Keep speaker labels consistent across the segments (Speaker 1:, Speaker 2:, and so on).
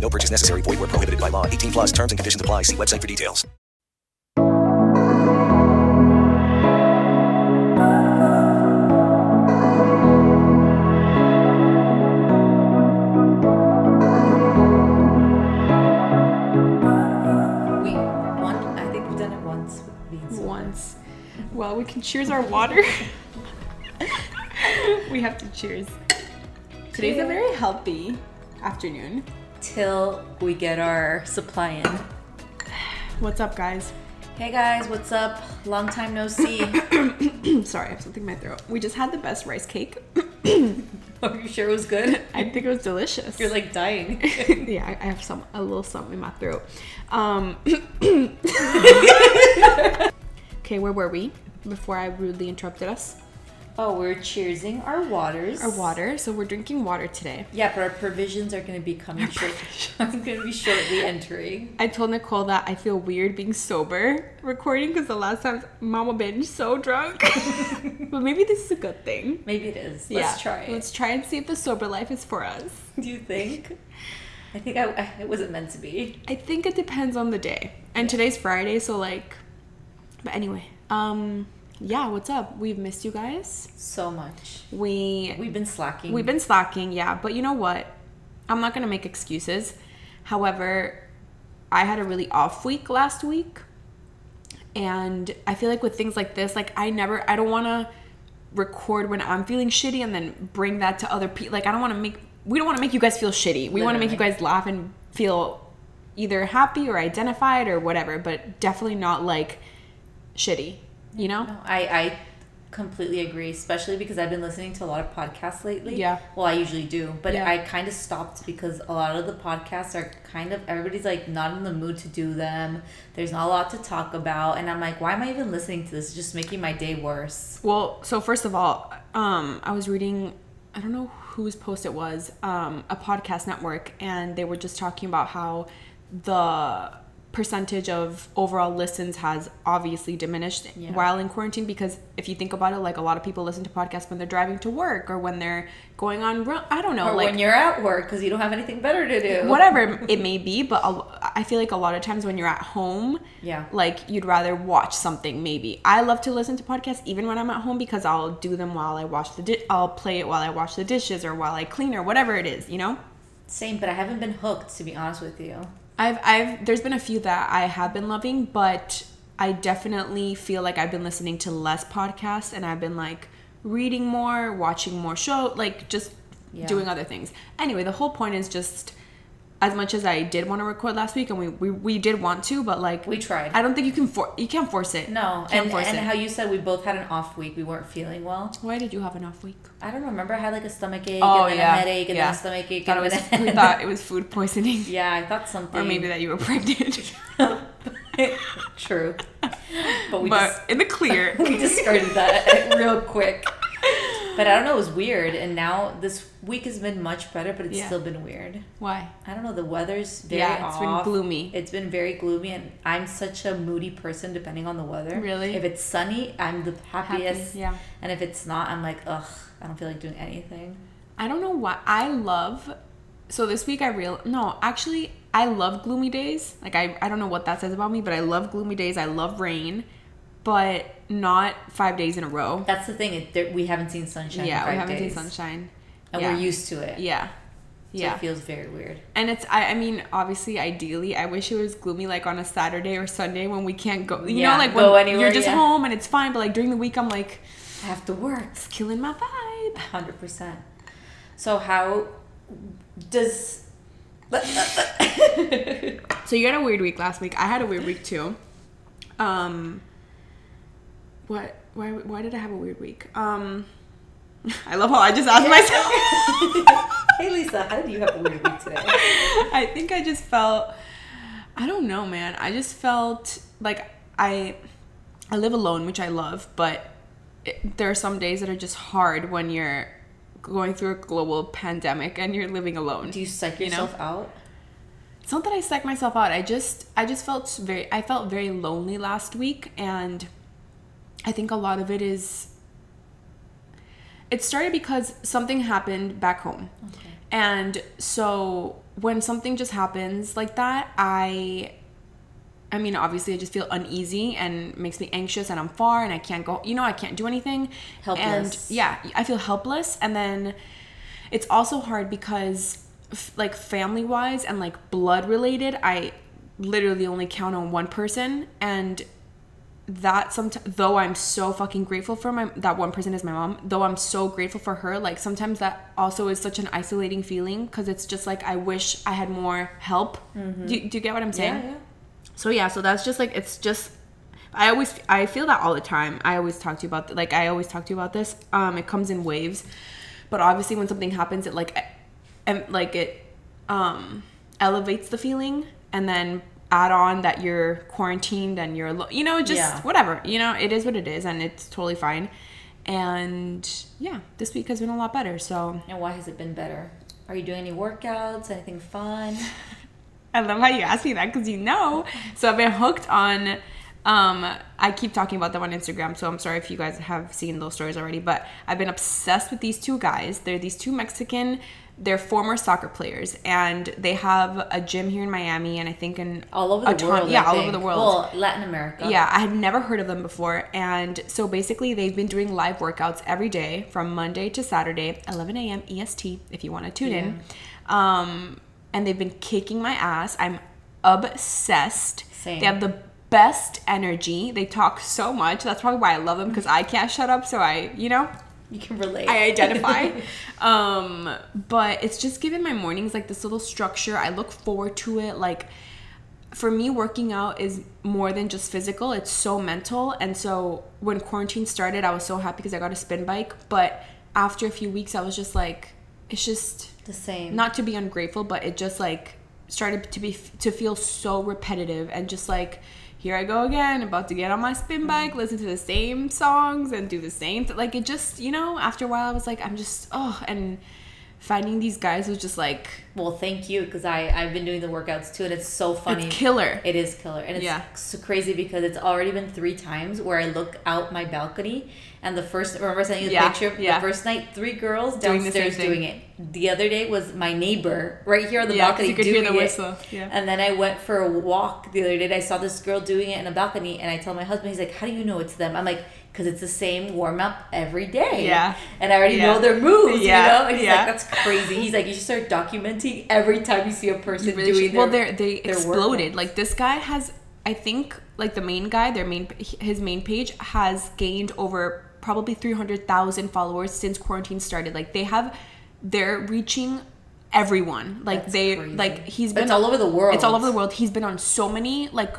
Speaker 1: No purchase necessary. Void where prohibited by law. 18 plus terms and conditions apply. See website for details.
Speaker 2: We one. I think we've done it once with beans.
Speaker 3: once. Well, we can cheers our water. we have to cheers. Today's a very healthy afternoon.
Speaker 2: Till we get our supply in.
Speaker 3: What's up, guys?
Speaker 2: Hey guys, what's up? Long time no see.
Speaker 3: I'm sorry, I have something in my throat. We just had the best rice cake.
Speaker 2: Are you sure it was good?
Speaker 3: I think it was delicious.
Speaker 2: You're like dying.
Speaker 3: yeah, I I have some a little something in my throat. Um, okay, where were we before I rudely interrupted us?
Speaker 2: Oh, we're cheersing our waters.
Speaker 3: Our water. So we're drinking water today.
Speaker 2: Yeah, but our provisions are gonna be coming short. I'm gonna be shortly entering.
Speaker 3: I told Nicole that I feel weird being sober recording because the last time Mama been so drunk. but maybe this is a good thing.
Speaker 2: Maybe it is. Let's try it.
Speaker 3: Let's try and see if the sober life is for us.
Speaker 2: Do you think? I think I, I- it wasn't meant to be.
Speaker 3: I think it depends on the day. And today's Friday, so like but anyway. Um yeah, what's up? We've missed you guys.
Speaker 2: So much.
Speaker 3: We
Speaker 2: We've been slacking.
Speaker 3: We've been slacking, yeah. But you know what? I'm not gonna make excuses. However, I had a really off week last week, and I feel like with things like this, like I never, I don't want to record when I'm feeling shitty and then bring that to other people. Like I don't want to make, we don't want to make you guys feel shitty. We want to make you
Speaker 2: Literally.
Speaker 3: guys laugh and feel either happy or identified or whatever, but definitely not like shitty. You know?
Speaker 2: No, I, I completely agree, especially because I've been listening to a lot of podcasts lately.
Speaker 3: Yeah.
Speaker 2: Well, I usually do, but
Speaker 3: Yeah.
Speaker 2: I kind of stopped because a lot of the podcasts are kind of everybody's like not in the mood to do them. There's not a lot to talk about, and I'm like, why am I even listening to this? It's just making my day worse.
Speaker 3: Well, so first of all, um, I was reading, I don't know whose post it was, um, a podcast network, and they were just talking about how the percentage of overall listens has obviously diminished while in quarantine because if you think about it like a lot of people listen to podcasts when they're driving to work or when they're going on run i don't know
Speaker 2: Or
Speaker 3: like
Speaker 2: when you're at work because you don't have anything better to do.
Speaker 3: whatever it may be but a, i feel like a lot of times when you're at home
Speaker 2: Yeah.
Speaker 3: like you'd rather watch something maybe i love to listen to podcasts even when i'm at home because i'll do them while i wash the di- i'll play it while i wash the dishes or while i clean or whatever it is you know
Speaker 2: Same, but I haven't been hooked to be honest with you.
Speaker 3: i've i've there's been a few that i have been loving but i definitely feel like i've been listening to less podcasts and i've been like reading more watching more show like just
Speaker 2: Yeah.
Speaker 3: doing other things anyway the whole point is just as much as i did want to record last week and we, we we did want to but like
Speaker 2: We tried.
Speaker 3: i don't think you can for you can't force it
Speaker 2: No,
Speaker 3: can't
Speaker 2: and,
Speaker 3: force
Speaker 2: and
Speaker 3: it
Speaker 2: how you said we both had an off week. We weren't feeling well.
Speaker 3: Why did you have an off week?
Speaker 2: I don't remember. I had like a stomach ache
Speaker 3: Oh,
Speaker 2: and then
Speaker 3: yeah,
Speaker 2: a headache and
Speaker 3: yeah.
Speaker 2: then a stomach ache.
Speaker 3: Thought it
Speaker 2: and
Speaker 3: was,
Speaker 2: then
Speaker 3: we thought it was food poisoning,
Speaker 2: Yeah, I thought something.
Speaker 3: or maybe that you were pregnant.
Speaker 2: True. But we
Speaker 3: but
Speaker 2: just
Speaker 3: in the clear,
Speaker 2: we discarded that real quick. But I don't know, it was weird and now this week has been much better, but it's
Speaker 3: Yeah.
Speaker 2: still been weird.
Speaker 3: why?
Speaker 2: I don't know, the weather's very
Speaker 3: Yeah, it's been
Speaker 2: off.
Speaker 3: gloomy.
Speaker 2: It's been very gloomy and I'm such a moody person depending on the weather.
Speaker 3: Really?
Speaker 2: If it's sunny, I'm the happiest.
Speaker 3: yeah.
Speaker 2: And if it's not, I'm like, ugh, I don't feel like doing anything.
Speaker 3: I don't know why. I love. So this week I real no actually I love gloomy days. Like I I don't know what that says about me, but I love gloomy days. I love rain, but not five days in a row.
Speaker 2: That's the thing, it, there, we haven't seen sunshine. in
Speaker 3: yeah, we
Speaker 2: five
Speaker 3: haven't seen
Speaker 2: days.
Speaker 3: sunshine.
Speaker 2: And
Speaker 3: yeah.
Speaker 2: we're used to it.
Speaker 3: Yeah,
Speaker 2: So
Speaker 3: yeah.
Speaker 2: it feels very weird.
Speaker 3: And it's I, I mean obviously ideally I wish it was gloomy like on a Saturday or Sunday when we can't go you
Speaker 2: Yeah,
Speaker 3: know like
Speaker 2: go
Speaker 3: when
Speaker 2: anywhere,
Speaker 3: you're just
Speaker 2: yeah.
Speaker 3: home and it's fine but like during the week I'm like
Speaker 2: I have to work.
Speaker 3: it's killing my vibe.
Speaker 2: Hundred percent. So how does
Speaker 3: So you had a weird week last week. I had a weird week too. Um what why why did I have a weird week? Um I love how I just asked myself.
Speaker 2: Hey Lisa, how did you have a weird week today?
Speaker 3: I think I just felt I don't know, man. I just felt like I I live alone, which I love, but it, there are some days that are just hard when you're going through a global pandemic and you're living alone.
Speaker 2: Do you psych
Speaker 3: know?
Speaker 2: yourself out?
Speaker 3: it's not that I psyched myself out. I just I just felt very I felt very lonely last week and I think a lot of it is it started because something happened back home. And so when something just happens like that, I I mean, obviously, I just feel uneasy and makes me anxious, and I'm far, and I can't go. You know, I can't do anything.
Speaker 2: Helpless.
Speaker 3: And yeah, I feel helpless, and then it's also hard because, f- like, family-wise and like blood-related, I literally only count on one person, and that sometimes though i'm so fucking grateful for my that one person is my mom though i'm so grateful for her like sometimes that also is such an isolating feeling because it's just like i wish i had more help do, do you get what i'm saying
Speaker 2: Mm-hmm. yeah.
Speaker 3: so yeah so that's just like it's just i always i feel that all the time i always talk to you about th- like i always talk to you about this um it comes in waves but obviously when something happens it like and like it um elevates the feeling and then add on that you're quarantined and you're alo- you know just
Speaker 2: Yeah.
Speaker 3: whatever you know it is what it is and it's totally fine and yeah this week has been a lot better so
Speaker 2: And why has it been better? Are you doing any workouts? Anything fun?
Speaker 3: I love how you asked me that because you know. So I've been hooked on. Um, I keep talking about them on Instagram, so I'm sorry if you guys have seen those stories already. But I've been obsessed with these two guys. They're these two Mexican. They're former soccer players, and they have a gym here in Miami, and I think in
Speaker 2: All over the
Speaker 3: a ton-
Speaker 2: world. I
Speaker 3: Yeah, all
Speaker 2: think.
Speaker 3: over the world.
Speaker 2: Well, Latin America.
Speaker 3: Yeah, I had never heard of them before. And so basically, they've been doing live workouts every day from Monday to Saturday, 11 a.m. EST, E if you want to tune in. Um, and they've been kicking my ass. I'm obsessed.
Speaker 2: Same.
Speaker 3: They have the best energy. They talk so much. That's probably why I love them because I can't shut up. So I, you know,
Speaker 2: You can relate.
Speaker 3: I identify. um, but it's just given my mornings like this little structure. I look forward to it. Like for me, working out is more than just physical. It's so mental. And so when quarantine started, I was so happy because I got a spin bike. But after a few weeks, I was just like, it's just
Speaker 2: the same.
Speaker 3: not to be ungrateful, but it just like started to be to feel so repetitive and just like here I go again, about to get on my spin bike, listen to the same songs and do the same. Th- like it just, you know, after a while I was like, I'm just oh, and finding these guys was just like
Speaker 2: Well, thank you because I I've been doing the workouts too, and it's so funny.
Speaker 3: it's killer.
Speaker 2: It is killer, and it's
Speaker 3: Yeah.
Speaker 2: so crazy because it's already been three times where I look out my balcony, and the first remember I sent you the
Speaker 3: Yeah,
Speaker 2: picture.
Speaker 3: yeah.
Speaker 2: The first night, three girls
Speaker 3: Doing the same
Speaker 2: downstairs
Speaker 3: thing.
Speaker 2: doing, it. The other day was my neighbor right here on the
Speaker 3: Yeah, 'cause
Speaker 2: balcony
Speaker 3: you could hear
Speaker 2: doing
Speaker 3: the
Speaker 2: it.
Speaker 3: whistle, yeah.
Speaker 2: And then I went for a walk the other day. and I saw this girl doing it in a balcony, and I tell my husband, he's like, "How do you know it's them?" I'm like, "Cause it's the same warm up every day."
Speaker 3: Yeah.
Speaker 2: And I already
Speaker 3: Yeah.
Speaker 2: know their moves.
Speaker 3: Yeah,
Speaker 2: You know? And he's
Speaker 3: yeah.
Speaker 2: like, "That's crazy." He's like, "You should start documenting every time you see a person
Speaker 3: really
Speaker 2: doing
Speaker 3: should-
Speaker 2: their
Speaker 3: well they're, they
Speaker 2: their
Speaker 3: exploded
Speaker 2: workouts."
Speaker 3: like this guy has i think like the main guy their main his main page has gained over probably 300000 followers since quarantine started like they have they're reaching everyone like
Speaker 2: That's
Speaker 3: they
Speaker 2: crazy.
Speaker 3: like he's
Speaker 2: But
Speaker 3: been
Speaker 2: it's all over the world.
Speaker 3: it's all over the world he's been on so many like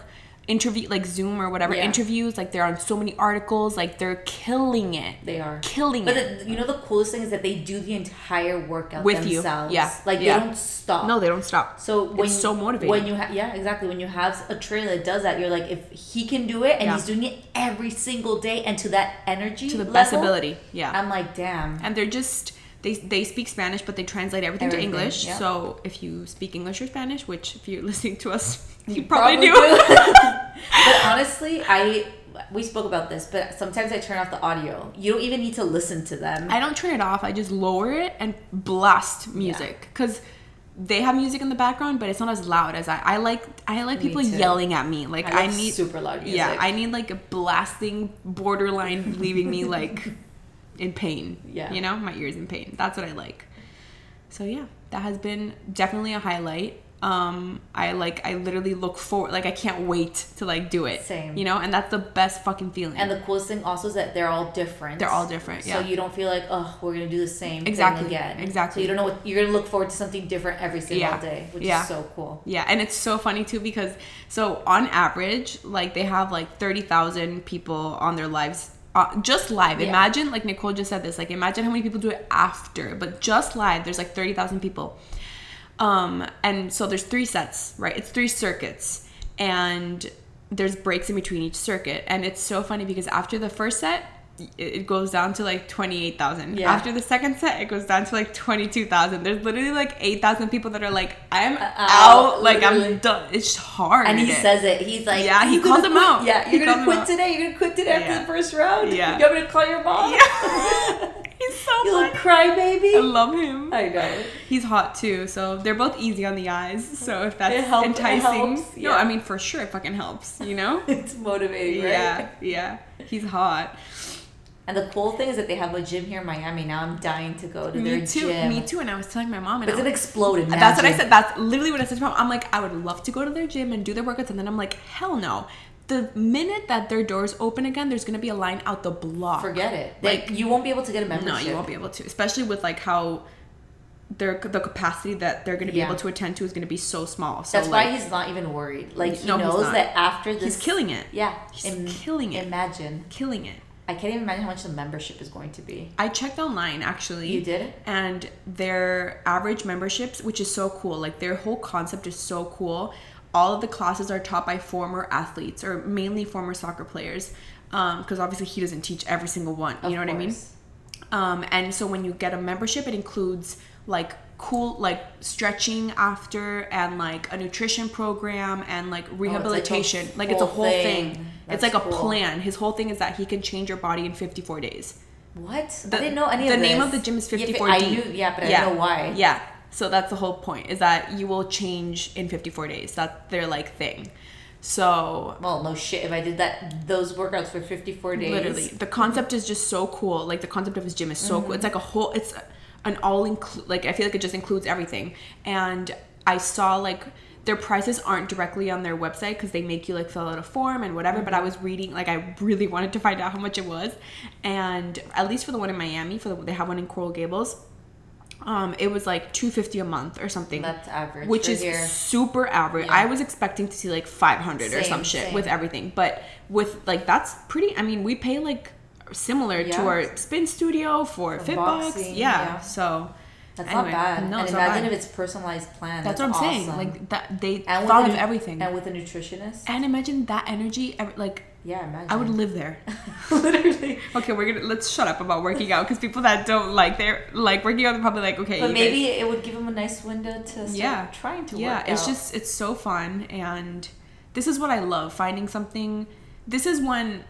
Speaker 3: interview like zoom or whatever
Speaker 2: Yeah.
Speaker 3: interviews like they're on so many articles like they're killing it
Speaker 2: They are
Speaker 3: killing
Speaker 2: But
Speaker 3: it
Speaker 2: the, you know the coolest thing is that they do the entire workout
Speaker 3: With you.
Speaker 2: themselves.
Speaker 3: Yeah.
Speaker 2: like
Speaker 3: Yeah.
Speaker 2: they don't stop.
Speaker 3: no they don't stop
Speaker 2: So when
Speaker 3: it's so motivating
Speaker 2: When you ha- yeah exactly when you have a trainer that does that, you're like if he can do it and
Speaker 3: Yeah.
Speaker 2: he's doing it every single day and to that energy
Speaker 3: to the best
Speaker 2: level,
Speaker 3: ability yeah
Speaker 2: I'm like damn.
Speaker 3: and they're just they they speak Spanish, but they translate everything,
Speaker 2: Everything,
Speaker 3: to English.
Speaker 2: yeah.
Speaker 3: So if you speak English or Spanish, which if you're listening to us, you,
Speaker 2: probably
Speaker 3: probably, do.
Speaker 2: but honestly, I we spoke about this, but sometimes I turn off the audio. You don't even need to listen to them.
Speaker 3: I don't turn it off. I just lower it and blast music because they have music in the background, but it's not as loud as I. I like I like people
Speaker 2: too.
Speaker 3: yelling at me. Like
Speaker 2: I
Speaker 3: I,
Speaker 2: love
Speaker 3: need
Speaker 2: super loud
Speaker 3: Yeah,
Speaker 2: music.
Speaker 3: I need like a blasting borderline, leaving me like in pain.
Speaker 2: Yeah.
Speaker 3: you know, my ears in pain. That's what I like. So yeah, that has been definitely a highlight. Um, I like I literally look forward like I can't wait to like do it.
Speaker 2: Same.
Speaker 3: You know, and that's the best fucking feeling.
Speaker 2: And the coolest thing also is that they're all different.
Speaker 3: They're all different, yeah.
Speaker 2: So you don't feel like, oh, we're gonna do the same
Speaker 3: Exactly,
Speaker 2: thing again. So
Speaker 3: exactly.
Speaker 2: you don't know what you're gonna look forward to something different every single
Speaker 3: Yeah,
Speaker 2: day, which
Speaker 3: yeah.
Speaker 2: is so cool.
Speaker 3: Yeah, and it's so funny too because so on average, like they have like thirty thousand people on their lives, uh, just live.
Speaker 2: Yeah.
Speaker 3: Imagine like Nicole just said this. Like imagine how many people do it after, but just live, there's like thirty thousand people. Um, and so there's three sets, right? It's three circuits. and there's breaks in between each circuit. And it's so funny because after the first set, it- it goes down to like 28,000.
Speaker 2: Yeah.
Speaker 3: After the second set, it goes down to like 22,000. There's literally like 8,000 people that are like, I'm out,
Speaker 2: out,
Speaker 3: Oh, like
Speaker 2: Oh, literally.
Speaker 3: I'm done. It's hard.
Speaker 2: And he
Speaker 3: It-
Speaker 2: says it. He's like,
Speaker 3: Yeah, he
Speaker 2: "You're gonna
Speaker 3: called him
Speaker 2: quit-
Speaker 3: out.
Speaker 2: Yeah,
Speaker 3: He
Speaker 2: you're gonna
Speaker 3: called him
Speaker 2: quit
Speaker 3: out.
Speaker 2: today. You're gonna quit today after
Speaker 3: Yeah.
Speaker 2: the first round.
Speaker 3: Yeah.
Speaker 2: you want me to call your mom?
Speaker 3: He's so
Speaker 2: you little
Speaker 3: funny. I
Speaker 2: crybaby.
Speaker 3: love him.
Speaker 2: I know.
Speaker 3: He's hot too, so they're both easy on the eyes. So if that's
Speaker 2: It help- it
Speaker 3: enticing,
Speaker 2: helps,
Speaker 3: no,
Speaker 2: yeah.
Speaker 3: I mean for sure it fucking helps. You know?
Speaker 2: It's motivating, right?
Speaker 3: Yeah, yeah. He's hot.
Speaker 2: And the cool thing is that they have a gym here in Miami. Now I'm dying to go to their
Speaker 3: me too.
Speaker 2: gym.
Speaker 3: Me too. And I was telling my mom, and
Speaker 2: It's
Speaker 3: I
Speaker 2: an
Speaker 3: was,
Speaker 2: exploded.
Speaker 3: that's what I
Speaker 2: mansion.
Speaker 3: said. That's literally what I said to my mom. I'm like, I would love to go to their gym and do their workouts, and then I'm like, hell no. The minute that their doors open again, there's gonna be a line out the block.
Speaker 2: Forget it.
Speaker 3: Like-
Speaker 2: Like you won't be able to get a
Speaker 3: No,
Speaker 2: membership.
Speaker 3: you won't be able to, especially with like how their the capacity that they're going to be
Speaker 2: Yeah.
Speaker 3: able to attend to is going to be so small. So
Speaker 2: That's
Speaker 3: like,
Speaker 2: why he's not even worried. Like he
Speaker 3: No, he's
Speaker 2: knows
Speaker 3: not.
Speaker 2: that after this,
Speaker 3: killing it.
Speaker 2: Yeah,
Speaker 3: He's killing it.
Speaker 2: Imagine.
Speaker 3: killing it.
Speaker 2: I can't even imagine how much the membership is going to be.
Speaker 3: I checked online actually.
Speaker 2: You did?
Speaker 3: And their average memberships, which is so cool. Like their whole concept is so cool. All of the classes are taught by former athletes or mainly former soccer players. Because obviously he doesn't teach every single one. You
Speaker 2: Of
Speaker 3: know what I mean?
Speaker 2: course.
Speaker 3: Um, and so when you get a membership, it includes like cool like stretching after and like a nutrition program and
Speaker 2: Oh,
Speaker 3: like rehabilitation. like, it's a
Speaker 2: full
Speaker 3: whole thing.
Speaker 2: thing.
Speaker 3: It's
Speaker 2: That's
Speaker 3: like a
Speaker 2: cool.
Speaker 3: plan. His whole thing is that he can change your body in 54 days.
Speaker 2: What?
Speaker 3: The-
Speaker 2: I didn't know any
Speaker 3: the
Speaker 2: of this.
Speaker 3: name of the gym is
Speaker 2: Yeah, but
Speaker 3: 54
Speaker 2: I
Speaker 3: D.
Speaker 2: knew, yeah, but I don't know why.
Speaker 3: Yeah. So that's the whole point is that you will change in 54 days. That's their like thing. So
Speaker 2: Well, no shit. If I did that, those workouts for 54 days. Mm-hmm.
Speaker 3: literally the concept is just so cool. Like the concept of his gym is so cool. It's like a whole it's an all include like I feel like it just includes everything. And I saw like their prices aren't directly on their website because they make you like fill out a form and whatever. But I
Speaker 2: Mm-hmm.
Speaker 3: was reading, like, I really wanted to find out how much it was. And at least for the one in Miami, for the, they have one in Coral Gables, um it was like 250 a month or something
Speaker 2: That's average
Speaker 3: which
Speaker 2: for
Speaker 3: is
Speaker 2: here.
Speaker 3: super average
Speaker 2: Yeah.
Speaker 3: i was expecting to see like 500 or
Speaker 2: Same,
Speaker 3: some shit
Speaker 2: same.
Speaker 3: with everything but with like that's pretty i mean we pay like similar
Speaker 2: Yeah.
Speaker 3: to our spin studio for,
Speaker 2: For
Speaker 3: fit box yeah,
Speaker 2: boxing, yeah.
Speaker 3: so
Speaker 2: That's
Speaker 3: anyway,
Speaker 2: not bad.
Speaker 3: no
Speaker 2: and
Speaker 3: it's not
Speaker 2: imagine
Speaker 3: bad.
Speaker 2: if it's personalized plan.
Speaker 3: that's,
Speaker 2: That's,
Speaker 3: what i'm saying
Speaker 2: awesome.
Speaker 3: like that they
Speaker 2: And with
Speaker 3: thought
Speaker 2: a
Speaker 3: of
Speaker 2: nu-
Speaker 3: everything
Speaker 2: And
Speaker 3: and,
Speaker 2: with a nutritionist.
Speaker 3: imagine that energy ev- like
Speaker 2: yeah, imagine.
Speaker 3: i would live there
Speaker 2: literally.
Speaker 3: okay we're gonna let's shut up about working out because people that don't like their like working out they're probably like okay
Speaker 2: But
Speaker 3: you guys-
Speaker 2: maybe it would give him a nice window to start trying to
Speaker 3: yeah
Speaker 2: work
Speaker 3: it's
Speaker 2: out.
Speaker 3: just it's so fun and this is what i love finding something this is when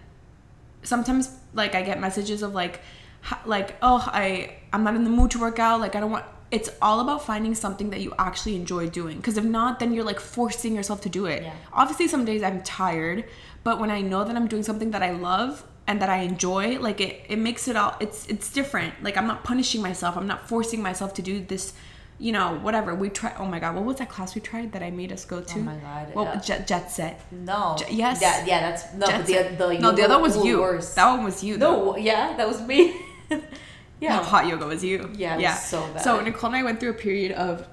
Speaker 3: sometimes like i get messages of like h- like oh i i'm not in the mood to work out like i don't want it's all about finding something that you actually enjoy doing because if not then you're like forcing yourself to do it
Speaker 2: Yeah.
Speaker 3: obviously some days i'm tired but when i know that i'm doing something that i love and that i enjoy like it it makes it all it's it's different like i'm not punishing myself i'm not forcing myself to do this you know whatever we try oh my god what was that class we tried that i made us go to
Speaker 2: Oh my God,
Speaker 3: well
Speaker 2: uh,
Speaker 3: jet, jet set
Speaker 2: No.
Speaker 3: J- yes.
Speaker 2: That, yeah, that's no.
Speaker 3: Jet
Speaker 2: But the,
Speaker 3: Set.
Speaker 2: oth- the
Speaker 3: no the other
Speaker 2: yoga
Speaker 3: was
Speaker 2: was
Speaker 3: you
Speaker 2: Worse.
Speaker 3: that one was you though.
Speaker 2: no. Yeah, that was me.
Speaker 3: yeah.
Speaker 2: yeah.
Speaker 3: hot yoga was you.
Speaker 2: Yeah, it was so bad.
Speaker 3: So Nicole and I went through a period of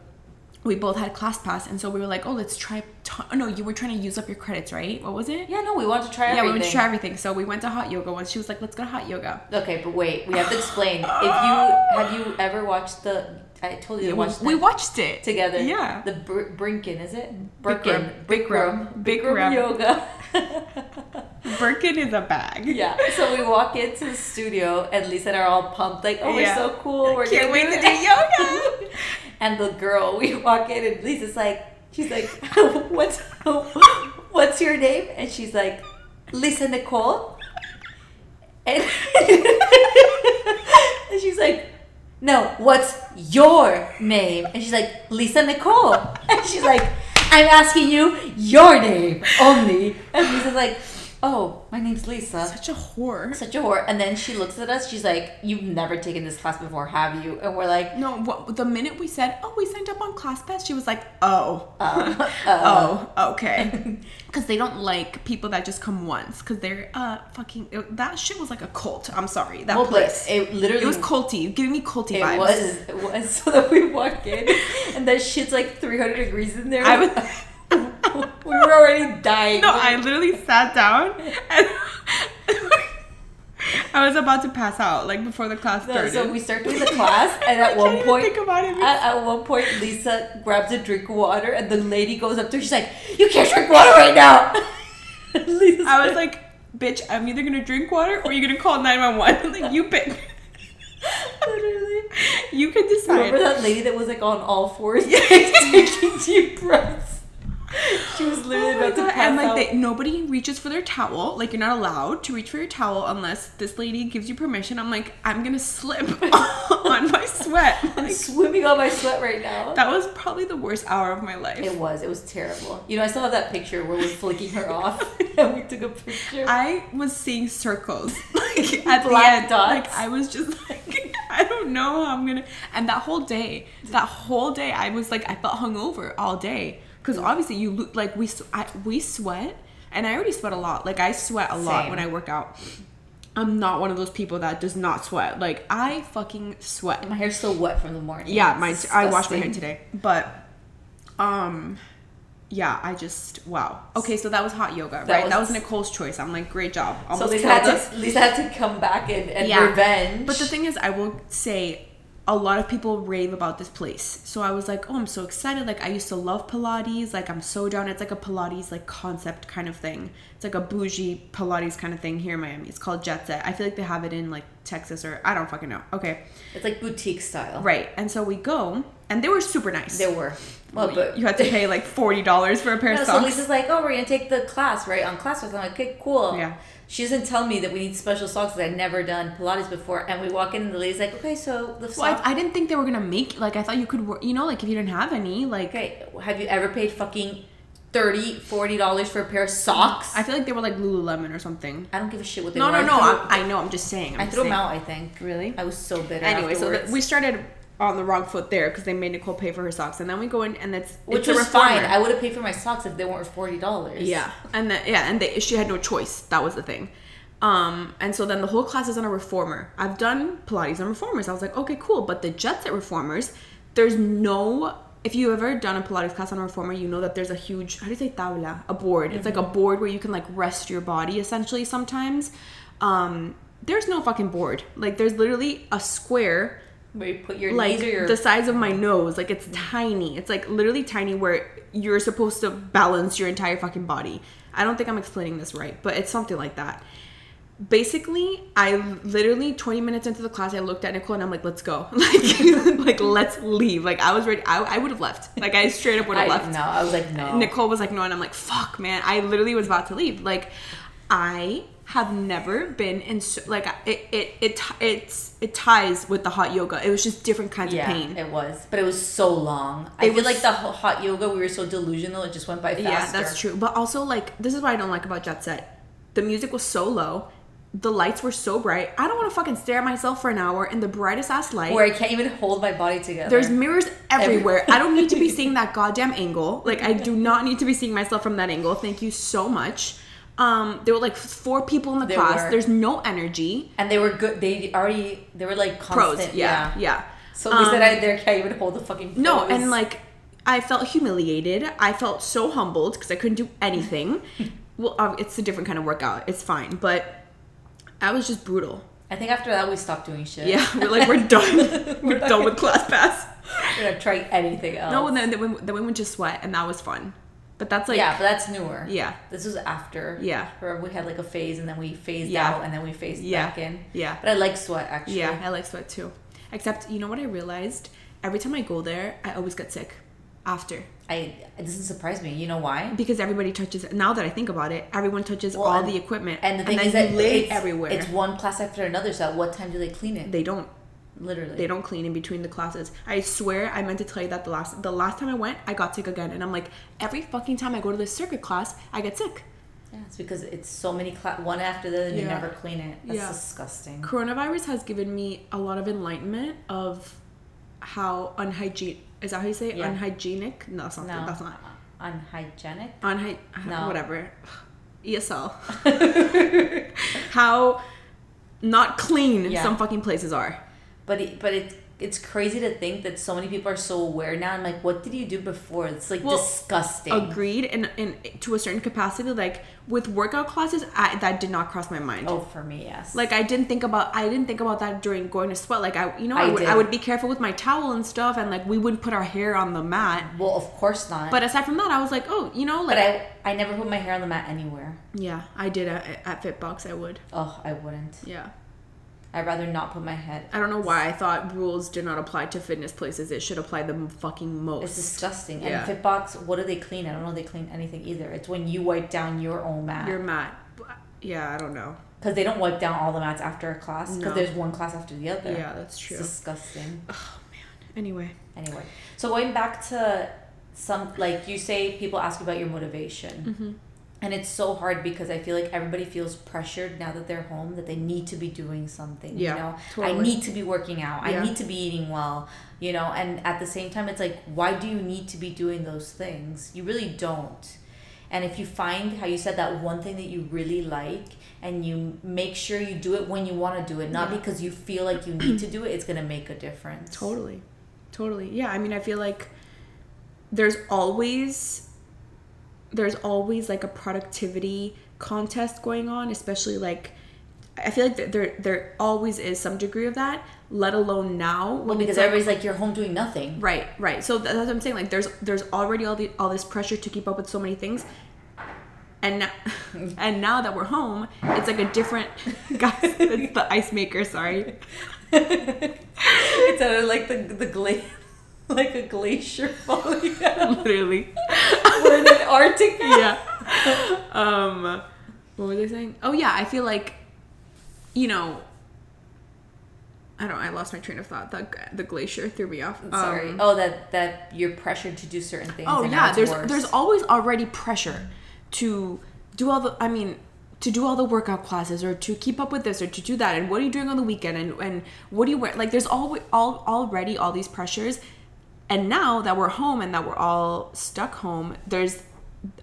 Speaker 3: we both had class pass, and so we were like, oh, let's try. T- no, you were trying to use up your credits, right? What was it?
Speaker 2: Yeah. No, we want to try
Speaker 3: yeah,
Speaker 2: everything.
Speaker 3: we went to try everything. So we went to hot yoga once. She was like, let's go to hot yoga.
Speaker 2: Okay, but wait. We have to explain. if you have you ever watched the? I told you to watch.
Speaker 3: we
Speaker 2: that
Speaker 3: watched it
Speaker 2: together.
Speaker 3: Yeah.
Speaker 2: The Br- Brinkin is it? Brinkin.
Speaker 3: Bikram.
Speaker 2: Bikram.
Speaker 3: Bikram. Bikram.
Speaker 2: yoga.
Speaker 3: Birkin is a bag.
Speaker 2: Yeah, so we walk into the studio, and Lisa and I are all pumped, like, "Oh,
Speaker 3: Yeah.
Speaker 2: we're so cool! We're
Speaker 3: Can't
Speaker 2: gonna
Speaker 3: wait to do
Speaker 2: that." and the girl, we walk in, and Lisa's like, "She's like, what's what's your name?" And she's like, "Lisa Nicole." And, and she's like, "No, what's your name?" And she's like, "Lisa Nicole." And she's like, "I'm asking you your name only." And Lisa's like, "Oh, my name's Lisa."
Speaker 3: Such a whore.
Speaker 2: such a whore. And then she looks at us. She's like, "You've never taken this class before, have you?" And we're like,
Speaker 3: no, what, the minute we said, oh, we signed up on ClassPass, she was like, oh, oh, okay. Because they don't like people that just come once. Because they're uh fucking it- that shit was like a cult. I'm sorry, that
Speaker 2: "Well, but
Speaker 3: place. It,
Speaker 2: it literally
Speaker 3: was culty, giving me culty
Speaker 2: It
Speaker 3: vibes.
Speaker 2: was. It was. So that we walk in, and that shit's like 300 degrees in there.
Speaker 3: I was.
Speaker 2: we were already dying.
Speaker 3: no, I literally sat down and. I was about to pass out like before the class
Speaker 2: No,
Speaker 3: started.
Speaker 2: so we start doing the class, and at one
Speaker 3: even
Speaker 2: point,
Speaker 3: think about it.
Speaker 2: At, at one point, Lisa grabs a drink of water, and the lady goes up to her. She's like, "You can't drink water right now." Lisa's
Speaker 3: I was like, bitch, I'm either gonna drink water or you're gonna call 911. like, you pick.
Speaker 2: literally.
Speaker 3: You can decide.
Speaker 2: Remember that lady that was like on all fours, taking deep breaths. She was literally
Speaker 3: Oh my
Speaker 2: about to
Speaker 3: God,
Speaker 2: pass
Speaker 3: and like
Speaker 2: out.
Speaker 3: they, nobody reaches for their towel like you're not allowed to reach for your towel unless this lady gives you permission i'm like i'm gonna slip on my sweat
Speaker 2: I'm
Speaker 3: Like,
Speaker 2: swimming on my sweat right now.
Speaker 3: that was probably the worst hour of my life
Speaker 2: It was. It was terrible. You know, I still have that picture where we're flicking her off, and we took a picture.
Speaker 3: I was seeing circles like at
Speaker 2: Black
Speaker 3: the end. Like
Speaker 2: dots.
Speaker 3: I was just like I don't know how I'm gonna. And that whole day, that whole day, I was like I felt hungover all day because
Speaker 2: Mm.
Speaker 3: obviously you lo- like we s- I, we sweat and I already sweat a lot. Like I sweat a lot
Speaker 2: Same.
Speaker 3: when I work out. I'm not one of those people that does not sweat. Like I fucking sweat.
Speaker 2: my hair's still wet from the morning.
Speaker 3: Yeah,
Speaker 2: It's
Speaker 3: my I washed my hair
Speaker 2: disgusting.
Speaker 3: today, but um, yeah, I just wow. Okay, so that was hot yoga, right? that was
Speaker 2: was-
Speaker 3: Nicole's choice. I'm like, great job.
Speaker 2: So
Speaker 3: Almost
Speaker 2: Lisa
Speaker 3: killed
Speaker 2: had,
Speaker 3: us.
Speaker 2: to, Lisa had to come back and, and
Speaker 3: Yeah.
Speaker 2: revenge.
Speaker 3: But the thing is, I will say, a lot of people rave about this place. So I was like, oh, I'm so excited. Like I used to love Pilates. Like I'm so down. It's like a Pilates like concept kind of thing. It's like a bougie Pilates kind of thing here in Miami. It's called Jet Set. I feel like they have it in like Texas or I don't fucking know. Okay,
Speaker 2: it's like boutique style.
Speaker 3: right. And so we go, and they were super nice.
Speaker 2: There were. Well, but
Speaker 3: you had to pay like forty dollars for a pair of
Speaker 2: No, so
Speaker 3: socks.
Speaker 2: Lisa's like, oh, we're gonna take the class right on class with. I'm like, okay, cool.
Speaker 3: Yeah.
Speaker 2: She doesn't tell me that we need special socks because I've never done Pilates before. And we walk in, and the lady's like, okay, so the
Speaker 3: well,
Speaker 2: socks.
Speaker 3: I, I didn't think they were gonna make like I thought you could, wor- you know, like if you didn't have any, like
Speaker 2: okay, have you ever paid fucking 30 40 dollars for a pair of socks?
Speaker 3: I feel like they were like Lululemon or something.
Speaker 2: I don't give a shit what they
Speaker 3: No,
Speaker 2: were. I
Speaker 3: no, no.
Speaker 2: threw-
Speaker 3: I, I know. I'm just saying. I'm
Speaker 2: I
Speaker 3: just
Speaker 2: threw them
Speaker 3: saying.
Speaker 2: out. I think.
Speaker 3: Really?
Speaker 2: I was so bitter.
Speaker 3: Anyway, so that
Speaker 2: afterwards.
Speaker 3: we started on the wrong foot there because they made Nicole pay for her socks, and then we go in and it's
Speaker 2: which
Speaker 3: it's a
Speaker 2: was fine.
Speaker 3: reformer.
Speaker 2: I would have paid for my socks if they weren't forty dollars.
Speaker 3: yeah, and then yeah, and they, she had no choice. That was the thing. Um, and so then the whole class is on a reformer. I've done Pilates on reformers. I was like, okay, cool. But the Jet Set reformers, there's no. If you've ever done a Pilates class on a reformer, you know that there's a huge how do you say tabla? A board. It's like a board where you can like rest your body essentially sometimes. Um, there's no fucking board. Like there's literally a square
Speaker 2: Where you put your
Speaker 3: like
Speaker 2: knees or your Mm.
Speaker 3: the size of my nose. Like it's tiny. It's like literally tiny where you're supposed to balance your entire fucking body. I don't think I'm explaining this right, but it's something like that. Basically, I literally 20 minutes into the class, I looked at Nicole and I'm like, "Let's go, like, like let's leave." Like I was ready. I, I would have left. Like I straight up would
Speaker 2: I
Speaker 3: have left.
Speaker 2: no, I was like no.
Speaker 3: Nicole was like, no, and I'm like, fuck, man. I literally was about to leave. Like, I have never been in so, like it it it t- it's it ties with the hot yoga. It was just different kinds
Speaker 2: yeah,
Speaker 3: of pain.
Speaker 2: it was, but it was so long. I
Speaker 3: It
Speaker 2: feel
Speaker 3: was-
Speaker 2: like the ho- hot yoga we were so delusional it just went by faster.
Speaker 3: yeah, that's true. But also, like, this is what I don't like about Jet Set. The music was so low. The lights were so bright. I don't want to fucking stare at myself for an hour in the brightest ass light.
Speaker 2: Where I can't even hold my body together.
Speaker 3: There's mirrors everywhere. I don't need to be seeing that goddamn angle. Like I do not need to be seeing myself from that angle. Thank you so much. Um, there were like four people in the
Speaker 2: There
Speaker 3: class.
Speaker 2: were.
Speaker 3: There's no energy.
Speaker 2: and they were good. They already they were like
Speaker 3: Pros,
Speaker 2: constant.
Speaker 3: yeah, yeah.
Speaker 2: So we said
Speaker 3: Um,
Speaker 2: I there can't even hold the fucking.
Speaker 3: No,
Speaker 2: pose.
Speaker 3: and like I felt humiliated. I felt so humbled because I couldn't do anything. well, um, it's a different kind of workout. It's fine, but I was just brutal.
Speaker 2: I think after that we stopped doing shit.
Speaker 3: Yeah, we're like we're done. we're
Speaker 2: not
Speaker 3: done with class pass.
Speaker 2: we're gonna try anything else.
Speaker 3: No, and then, then, we, then we went to sweat, and that was fun. But that's like
Speaker 2: yeah, but that's newer.
Speaker 3: Yeah.
Speaker 2: This was after.
Speaker 3: Yeah.
Speaker 2: Where we had like a phase and then we phased
Speaker 3: Yeah.
Speaker 2: out and then we phased
Speaker 3: Yeah.
Speaker 2: back in.
Speaker 3: Yeah.
Speaker 2: But I like sweat actually.
Speaker 3: Yeah, I like sweat too. Except, you know what I realized? Every time I go there, I always get sick after
Speaker 2: I it doesn't surprise me. You know why?
Speaker 3: because everybody touches. Now that I think about it, everyone touches
Speaker 2: Well,
Speaker 3: all
Speaker 2: and-
Speaker 3: the equipment,
Speaker 2: And the thing
Speaker 3: then
Speaker 2: is that
Speaker 3: you lay
Speaker 2: it's,
Speaker 3: everywhere.
Speaker 2: It's one class after another. So at what time do they clean it?
Speaker 3: they don't.
Speaker 2: Literally.
Speaker 3: They don't clean in between the classes. I swear, I meant to tell you that the last the last time I went, I got sick again, and I'm like, every fucking time I go to this circuit class, I get sick.
Speaker 2: Yeah, it's because it's so many class one after the other. and You
Speaker 3: Yeah.
Speaker 2: never clean it. That's
Speaker 3: Yeah.
Speaker 2: disgusting.
Speaker 3: Coronavirus has given me a lot of enlightenment of how unhygienic is that how you say it?
Speaker 2: Yeah.
Speaker 3: unhygienic? No, that's not.
Speaker 2: No.
Speaker 3: That's not.
Speaker 2: Unhygienic.
Speaker 3: on high,
Speaker 2: No.
Speaker 3: whatever ESL. How not clean
Speaker 2: Yeah.
Speaker 3: some fucking places are.
Speaker 2: But it, but it it's crazy to think that so many people are so aware now. I'm like, what did you do before? It's like
Speaker 3: Well,
Speaker 2: disgusting.
Speaker 3: Agreed, and and to a certain capacity, like with workout classes, I, that did not cross my mind.
Speaker 2: oh, for me, yes.
Speaker 3: Like I didn't think about I didn't think about that during going to sweat. Like I, you know, I,
Speaker 2: I
Speaker 3: would I
Speaker 2: did.
Speaker 3: would be careful with my towel and stuff, and like we wouldn't put our hair on the mat.
Speaker 2: well, of course not.
Speaker 3: But aside from that, I was like, oh, you know, like
Speaker 2: but I I never put my hair on the mat anywhere.
Speaker 3: yeah, I did at, at Fitbox. I would.
Speaker 2: Oh, I wouldn't.
Speaker 3: Yeah.
Speaker 2: I'd rather not put my head.
Speaker 3: I don't know why I thought rules did not apply to fitness places. It should apply the m- fucking
Speaker 2: It's
Speaker 3: most.
Speaker 2: disgusting.
Speaker 3: Yeah.
Speaker 2: And Fitbox, what do they clean? I don't know. They clean anything either. It's when you wipe down your own mat
Speaker 3: Your mat. B- Yeah, I don't know.
Speaker 2: because they don't wipe down all the mats after a class because
Speaker 3: No.
Speaker 2: there's one class after the other.
Speaker 3: Yeah, that's true.
Speaker 2: It's disgusting.
Speaker 3: Anyway,
Speaker 2: Anyway, so going back to some, like you say, people ask you about your motivation.
Speaker 3: Mm-hmm.
Speaker 2: And it's so hard because I feel like everybody feels pressured now that they're home that they need to be doing something.
Speaker 3: Yeah,
Speaker 2: you know, I
Speaker 3: totally.
Speaker 2: need to be working out.
Speaker 3: Yeah.
Speaker 2: I need to be eating well. You know, and at the same time, it's like, why do you need to be doing those things? You really don't. And if you find how you said that one thing that you really like and you make sure you do it when you want to do it, not because you feel like you need to do it, it's going to make a difference.
Speaker 3: totally, totally. Yeah, I mean, I feel like there's always there's always like a productivity contest going on, especially like I feel like th- there there always is some degree of that. Let alone now when
Speaker 2: Well, because
Speaker 3: it's like-
Speaker 2: everybody's like, you're home doing nothing.
Speaker 3: Right, right. So that's what I'm saying. Like, there's there's already all the all this pressure to keep up with so many things, and now, and now that we're home, it's like a different. Guys, it's the ice maker. Sorry.
Speaker 2: It sounded like the the gla- like a glacier falling out.
Speaker 3: Literally.
Speaker 2: We're in an Arctic.
Speaker 3: Yeah. Um, what was I saying? Oh yeah, I feel like, you know. I don't. I lost my train of thought. The the glacier threw me off.
Speaker 2: Sorry.
Speaker 3: Um,
Speaker 2: oh, that that you're pressured to do certain things.
Speaker 3: Oh
Speaker 2: and now
Speaker 3: yeah,
Speaker 2: it's
Speaker 3: there's
Speaker 2: worse.
Speaker 3: there's always already pressure to do all the I mean to do all the workout classes or to keep up with this or to do that and what are you doing on the weekend and and what do you wear like there's all all already all these pressures and now that we're home and that we're all stuck home there's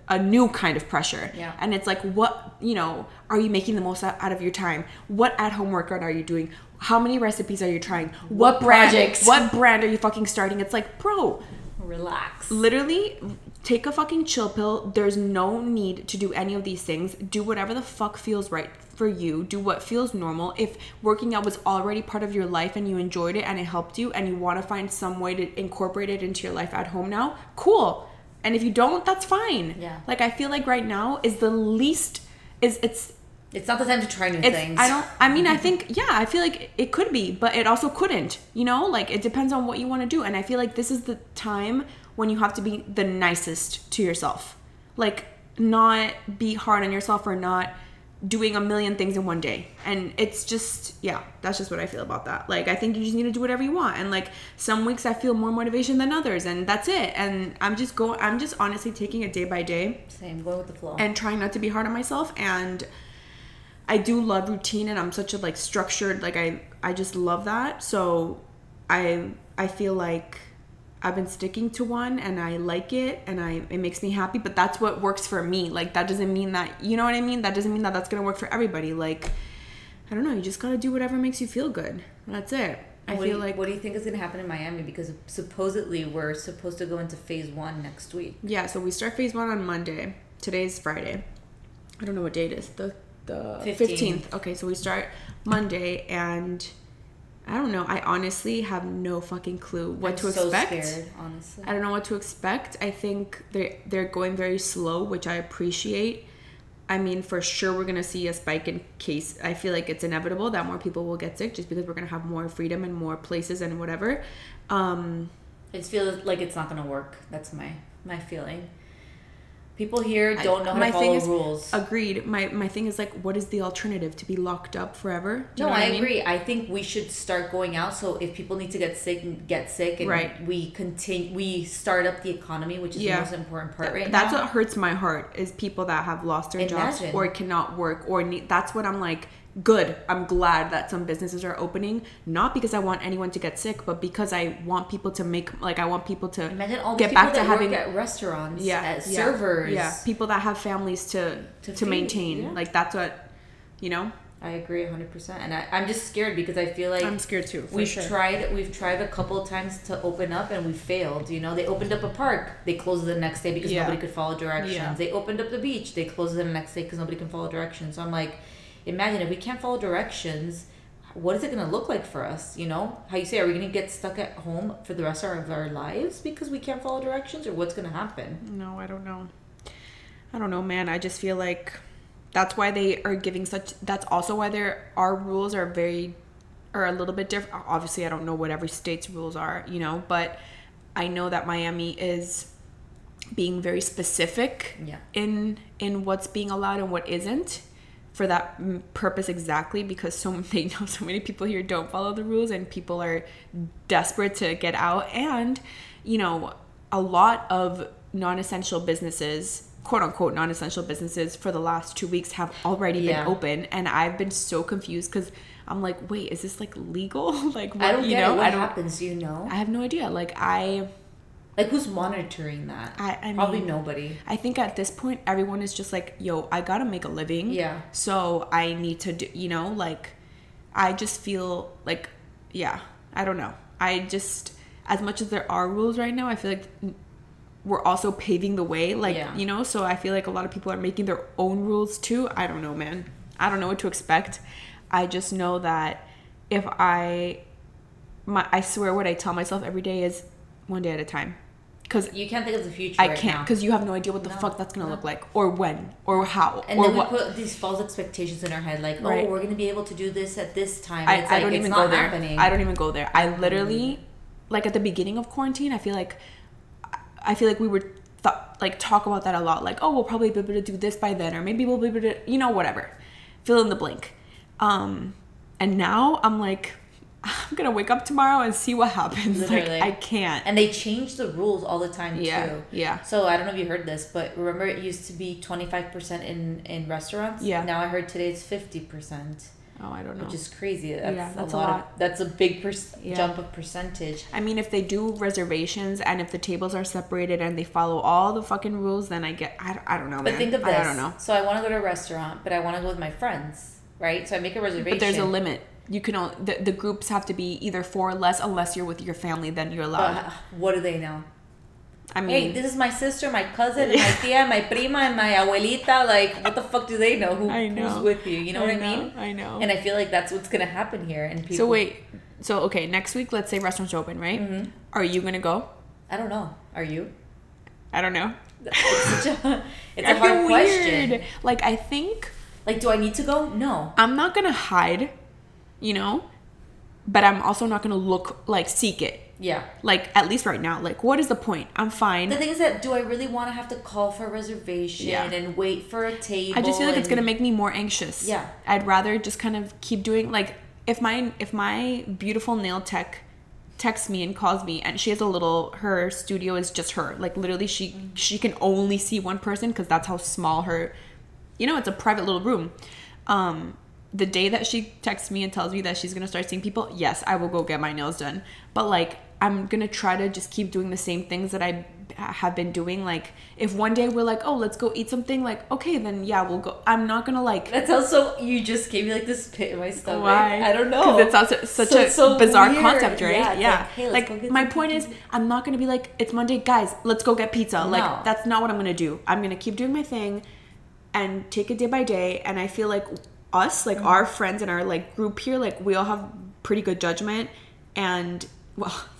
Speaker 3: a new kind of pressure
Speaker 2: Yeah.
Speaker 3: and it's like what you know are you making the most out out of your time what at home workout are you doing how many recipes are you trying what, brand-
Speaker 2: projects?
Speaker 3: what brand are you fucking starting it's like bro
Speaker 2: relax.
Speaker 3: Mm. literally take a fucking chill pill there's no need to do any of these things do whatever the fuck feels right for you do what feels normal if working out was already part of your life and you enjoyed it and it helped you and you want to find some way to incorporate it into your life at home now cool and if you don't that's fine
Speaker 2: Yeah.
Speaker 3: like i feel like right now is the least is it's
Speaker 2: It's not the time to try new
Speaker 3: it's,
Speaker 2: things.
Speaker 3: I don't. I mean, I think yeah. I feel like it could be, but it also couldn't. You know, like it depends on what you want to do. And I feel like this is the time when you have to be the nicest to yourself, like not be hard on yourself or not doing a million things in one day. And it's just yeah, that's just what I feel about that. Like I think you just need to do whatever you want. And like some weeks I feel more motivation than others, and that's it. And I'm just go. I'm just honestly taking it day by day
Speaker 2: Same. Go with the flow.
Speaker 3: and trying not to be hard on myself and i do love routine and i'm such a like structured like i i just love that so i i feel like i've been sticking to one and i like it and i it makes me happy but that's what works for me like that doesn't mean that you know what i mean that doesn't mean that that's gonna work for everybody like i don't know you just gotta do whatever makes you feel good that's it i
Speaker 2: what do
Speaker 3: feel
Speaker 2: you,
Speaker 3: like
Speaker 2: what do you think is gonna happen in Miami? Because supposedly we're supposed to go into phase one next week.
Speaker 3: yeah so we start phase one on monday today's friday i don't know what day it is the the 15th.
Speaker 2: 15th.
Speaker 3: okay so we start monday and i don't know i honestly have no fucking clue what
Speaker 2: I'm
Speaker 3: to
Speaker 2: so
Speaker 3: expect
Speaker 2: Scared, honestly.
Speaker 3: i don't know what to expect i think they they're going very slow which i appreciate i mean for sure we're going to see a spike in case i feel like it's inevitable that more people will get sick just because we're going to have more freedom and more places and whatever um
Speaker 2: It feels like it's not gonna work. That's my my feeling. People here
Speaker 3: I-
Speaker 2: don't know how
Speaker 3: my
Speaker 2: to follow
Speaker 3: thing is-
Speaker 2: rules.
Speaker 3: Agreed. My my thing is like, what is the alternative to be locked up forever? Do you
Speaker 2: No,
Speaker 3: know
Speaker 2: I,
Speaker 3: what mean?
Speaker 2: agree. I think we should start going out. So if people need to get sick, get sick, and
Speaker 3: Right.
Speaker 2: we continue, we start up the economy, which is
Speaker 3: Yeah.
Speaker 2: the most important part right
Speaker 3: That's
Speaker 2: now.
Speaker 3: what hurts my heart is people that have lost their jobs
Speaker 2: Imagine.
Speaker 3: or cannot work or need. That's what I'm like. Good. I'm glad that some businesses are opening, not because I want anyone to get sick, but because I want people to make like I want people to
Speaker 2: Imagine all the
Speaker 3: get
Speaker 2: people
Speaker 3: back
Speaker 2: that
Speaker 3: to having
Speaker 2: work at restaurants,
Speaker 3: yeah,
Speaker 2: at
Speaker 3: yeah,
Speaker 2: servers.
Speaker 3: yeah, people that have families to to,
Speaker 2: feed,
Speaker 3: maintain.
Speaker 2: yeah.
Speaker 3: Like that's what you know.
Speaker 2: I agree 100%. And I, I'm just scared because I feel like
Speaker 3: I'm scared too, for
Speaker 2: we've
Speaker 3: sure.
Speaker 2: tried we've tried a couple times to open up and we failed, you know. They opened up a park, they closed it the next day because
Speaker 3: Yeah.
Speaker 2: nobody could follow directions.
Speaker 3: Yeah.
Speaker 2: They opened up the beach, they closed it the next day because nobody can follow directions. So I'm like, imagine if we can't follow directions, what is it going to look like for us, you know? How you say are we going to get stuck at home for the rest of our, of our lives because we can't follow directions or what's going to happen?
Speaker 3: No, I don't know. I don't know, man. I just feel like that's why they are giving such. That's also why there our rules are very, are a little bit different. Obviously, I don't know what every state's rules are, you know, but I know that Miami is being very specific
Speaker 2: Yeah.
Speaker 3: in in what's being allowed and what isn't for that mm, purpose exactly because so they know so many people here don't follow the rules and people are desperate to get out and you know a lot of non-essential businesses quote unquote non-essential businesses for the last two weeks have already
Speaker 2: Yeah.
Speaker 3: been open and i've been so confused because i'm like wait is this like legal like what,
Speaker 2: I don't
Speaker 3: you
Speaker 2: get
Speaker 3: know
Speaker 2: it. What
Speaker 3: i don't
Speaker 2: happens, you know?
Speaker 3: i have no idea like i
Speaker 2: Like who's monitoring that?
Speaker 3: I- I
Speaker 2: Probably
Speaker 3: mean-
Speaker 2: nobody.
Speaker 3: I think at this point, everyone is just like, yo, I gotta make a living.
Speaker 2: Yeah.
Speaker 3: So I need to do, you know, like, I just feel like, yeah, I don't know. I just, as much as there are rules right now, I feel like we're also paving the way, like,
Speaker 2: Yeah.
Speaker 3: you know, so I feel like a lot of people are making their own rules too. I don't know, man. I don't know what to expect. I just know that if I, my, I swear what I tell myself every day is one day at a time. Cause
Speaker 2: You can't think of the future.
Speaker 3: I
Speaker 2: right
Speaker 3: can't
Speaker 2: now.
Speaker 3: because you have no idea what the fuck that's gonna look like or when or how
Speaker 2: And
Speaker 3: or
Speaker 2: then we
Speaker 3: what.
Speaker 2: put these false expectations in our head, like,
Speaker 3: Right.
Speaker 2: "Oh, we're gonna be able to do this at this time."
Speaker 3: I,
Speaker 2: it's
Speaker 3: I
Speaker 2: like,
Speaker 3: don't
Speaker 2: it's
Speaker 3: even
Speaker 2: not
Speaker 3: go there.
Speaker 2: Happening. Mm.
Speaker 3: I don't even go there. I literally, like at the beginning of quarantine, I feel like, I feel like we were th- like talk about that a lot. Like, oh, we'll probably be able to do this by then, or maybe we'll be able to, you know, whatever. Fill in the blank. Um, and now I'm like, I'm gonna wake up tomorrow and see what happens.
Speaker 2: Literally.
Speaker 3: Like, I can't.
Speaker 2: And they change the rules all the time
Speaker 3: Yeah,
Speaker 2: too.
Speaker 3: yeah.
Speaker 2: So I don't know if you heard this, but remember it used to be twenty five percent in in restaurants.
Speaker 3: Yeah.
Speaker 2: Now I heard today it's fifty percent,
Speaker 3: oh, I don't know.
Speaker 2: which is crazy. That's,
Speaker 3: Yeah, that's
Speaker 2: a
Speaker 3: a
Speaker 2: lot. Of,
Speaker 3: lot.
Speaker 2: that's a big per-
Speaker 3: Yeah.
Speaker 2: jump of percentage.
Speaker 3: I mean, if they do reservations and if the tables are separated and they follow all the fucking rules, then I get. I, don't- I don't know,
Speaker 2: But
Speaker 3: man.
Speaker 2: think of this.
Speaker 3: I, I don't know.
Speaker 2: So I want to go to a restaurant, but I want to go with my friends, right? So I make a reservation.
Speaker 3: But there's a limit. You can only the, the groups have to be either four or less, unless you're with your family. Then you're allowed.
Speaker 2: Uh, what do they know?
Speaker 3: I mean,
Speaker 2: Hey, this is my sister, my cousin, and my tia, and my prima, and my abuelita. Like, what the fuck do they know? Who,
Speaker 3: I know.
Speaker 2: Who's with you? You know
Speaker 3: I
Speaker 2: what I
Speaker 3: know,
Speaker 2: mean?
Speaker 3: I know.
Speaker 2: And I feel like that's what's gonna happen here. And people.
Speaker 3: so wait. So okay, next week, let's say restaurants open, right?
Speaker 2: Mm-hmm.
Speaker 3: Are you gonna go?
Speaker 2: I don't know. Are you?
Speaker 3: I don't know.
Speaker 2: It's such a, it's
Speaker 3: I
Speaker 2: a hard
Speaker 3: feel
Speaker 2: question.
Speaker 3: weird. Like I think
Speaker 2: Like, do I need to go? No.
Speaker 3: I'm not gonna hide, you know, but I'm also not gonna look like seek it.
Speaker 2: Yeah.
Speaker 3: Like at least right now, like what is the point? I'm fine.
Speaker 2: The thing is that do I really want to have to call for a reservation
Speaker 3: Yeah.
Speaker 2: and wait for a table?
Speaker 3: I just feel like it's
Speaker 2: and-
Speaker 3: gonna make me more anxious.
Speaker 2: Yeah.
Speaker 3: I'd rather just kind of keep doing like if my if my beautiful nail tech texts me and calls me and she has a little her studio is just her like literally she she can only see one person because that's how small her you know it's a private little room um the day that she texts me and tells me that she's gonna start seeing people yes i will go get my nails done but like i'm gonna try to just keep doing the same things that i have been doing like if one day we're like oh let's go eat something like okay then yeah we'll go i'm not gonna like
Speaker 2: That's also you just gave me like this pit in my stomach.
Speaker 3: why?
Speaker 2: I don't know.
Speaker 3: Because it's also such
Speaker 2: So-
Speaker 3: a
Speaker 2: so
Speaker 3: bizarre
Speaker 2: weird.
Speaker 3: concept, right?
Speaker 2: Yeah.
Speaker 3: Yeah.
Speaker 2: it's Like, hey, let's
Speaker 3: like
Speaker 2: go get
Speaker 3: my
Speaker 2: some
Speaker 3: point is, I'm not gonna be like, it's Monday, guys. Let's go get pizza.
Speaker 2: No.
Speaker 3: Like that's not what I'm gonna do. I'm gonna keep doing my thing, and take it day by day. And I feel like us,
Speaker 2: Mm-hmm.
Speaker 3: like our friends and our like group here, like we all have pretty good judgment, and well,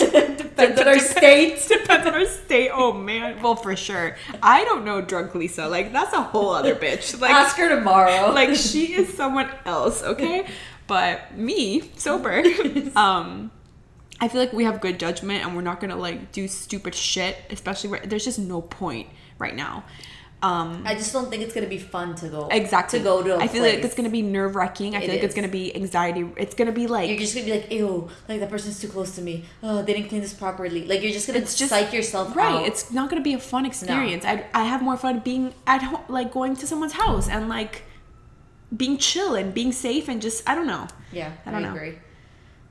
Speaker 2: depends on our state.
Speaker 3: Depends on our state. Oh man, well for sure. I don't know drunk Lisa. Like that's a whole other bitch. Like
Speaker 2: Ask her tomorrow.
Speaker 3: like she is someone else okay but me sober um i feel like we have good judgment and we're not gonna like do stupid shit especially where there's just no point right now um
Speaker 2: I just don't think it's gonna be fun to go
Speaker 3: exactly
Speaker 2: to go to. I
Speaker 3: I feel like it's gonna be nerve-wracking i
Speaker 2: It
Speaker 3: feel like
Speaker 2: is.
Speaker 3: it's gonna be anxiety it's gonna be like
Speaker 2: You're just gonna be like, ew, like that person's too close to me. Oh, they didn't clean this properly. Like you're just gonna
Speaker 3: It's just-
Speaker 2: psych yourself
Speaker 3: right
Speaker 2: out.
Speaker 3: it's not gonna be a fun experience I, I have more fun being at home like going to someone's house and like being chill and being safe and just i don't know
Speaker 2: yeah,
Speaker 3: I don't know.
Speaker 2: agree.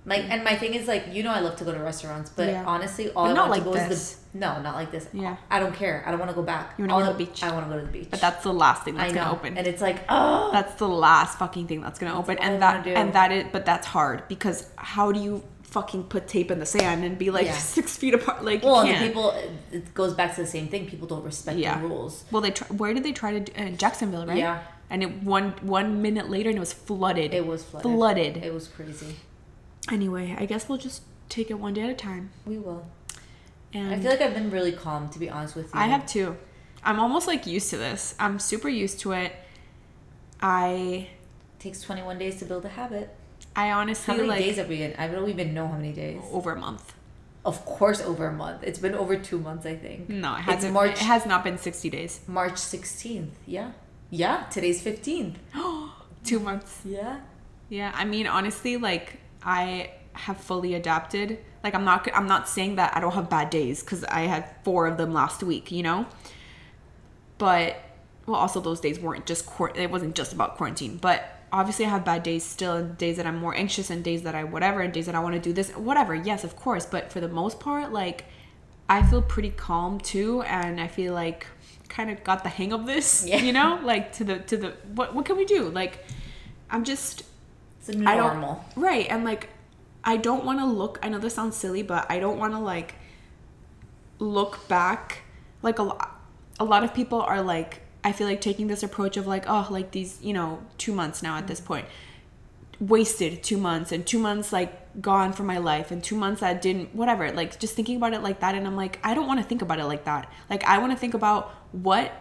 Speaker 2: Like, and my thing is like, you know, I love to go to restaurants, but
Speaker 3: Yeah.
Speaker 2: honestly, all
Speaker 3: But
Speaker 2: I
Speaker 3: not
Speaker 2: want to
Speaker 3: like
Speaker 2: go
Speaker 3: this.
Speaker 2: is the no, not like this.
Speaker 3: Yeah.
Speaker 2: I don't care. I don't want to go back.
Speaker 3: You wanna
Speaker 2: All
Speaker 3: go to
Speaker 2: I-
Speaker 3: the beach.
Speaker 2: I want to go to the beach.
Speaker 3: But that's the last thing
Speaker 2: I
Speaker 3: that's
Speaker 2: know,
Speaker 3: gonna open.
Speaker 2: and it's like, oh,
Speaker 3: that's the last fucking thing that's gonna open,
Speaker 2: all I
Speaker 3: and
Speaker 2: wanna
Speaker 3: that
Speaker 2: do.
Speaker 3: and that is, but that's hard because how do you fucking put tape in the sand and be like
Speaker 2: Yeah.
Speaker 3: six feet apart? Like, you
Speaker 2: well, and
Speaker 3: can't.
Speaker 2: the people. it- It goes back to the same thing. People don't respect
Speaker 3: yeah.
Speaker 2: the rules.
Speaker 3: Well, they try, where did they try to do, uh, Jacksonville, right?
Speaker 2: Yeah.
Speaker 3: And it one one minute later, and it was flooded.
Speaker 2: It was flooded.
Speaker 3: Flooded.
Speaker 2: It was crazy.
Speaker 3: anyway, I guess we'll just take it one day at a time.
Speaker 2: We will.
Speaker 3: And
Speaker 2: I feel like I've been really calm, to be honest with you.
Speaker 3: Mm. I have too. I'm almost like used to this. I'm super used to it. I
Speaker 2: takes 21 days to build a habit.
Speaker 3: I
Speaker 2: How
Speaker 3: honestly
Speaker 2: many
Speaker 3: like
Speaker 2: days have we been? I don't even know how many days.
Speaker 3: over a month.
Speaker 2: Of course, over a month. It's been over two months, I think.
Speaker 3: No, it
Speaker 2: It's
Speaker 3: hasn't.
Speaker 2: March.
Speaker 3: It has not been 60 days.
Speaker 2: March 16th. Yeah. Yeah. Today's 15th.
Speaker 3: Two months.
Speaker 2: Yeah.
Speaker 3: Yeah, I mean, honestly, like I have fully adapted. Like I'm not. I'm not saying that I don't have bad days because I had four of them last week. You know, but well, also those days weren't just quar- It wasn't just about quarantine, but obviously I have bad days still, and days that I'm more anxious, and days that I whatever, and days that I want to do this, whatever. Yes, of course, but for the most part, like I feel pretty calm too, and I feel like kind of got the hang of this.
Speaker 2: Yeah.
Speaker 3: You know, like to the to the what what can we do? Like I'm just
Speaker 2: It's a normal.
Speaker 3: I don't, right. And like, I don't want to look, I know this sounds silly, but I don't want to like look back. Like, a, lo- a lot of people are like, I feel like taking this approach of like, oh, like these, you know, two months now at this point, wasted two months and two months like gone from my life and two months that didn't, whatever. Like, just thinking about it like that. And I'm like, I don't want to think about it like that. Like, I want to think about what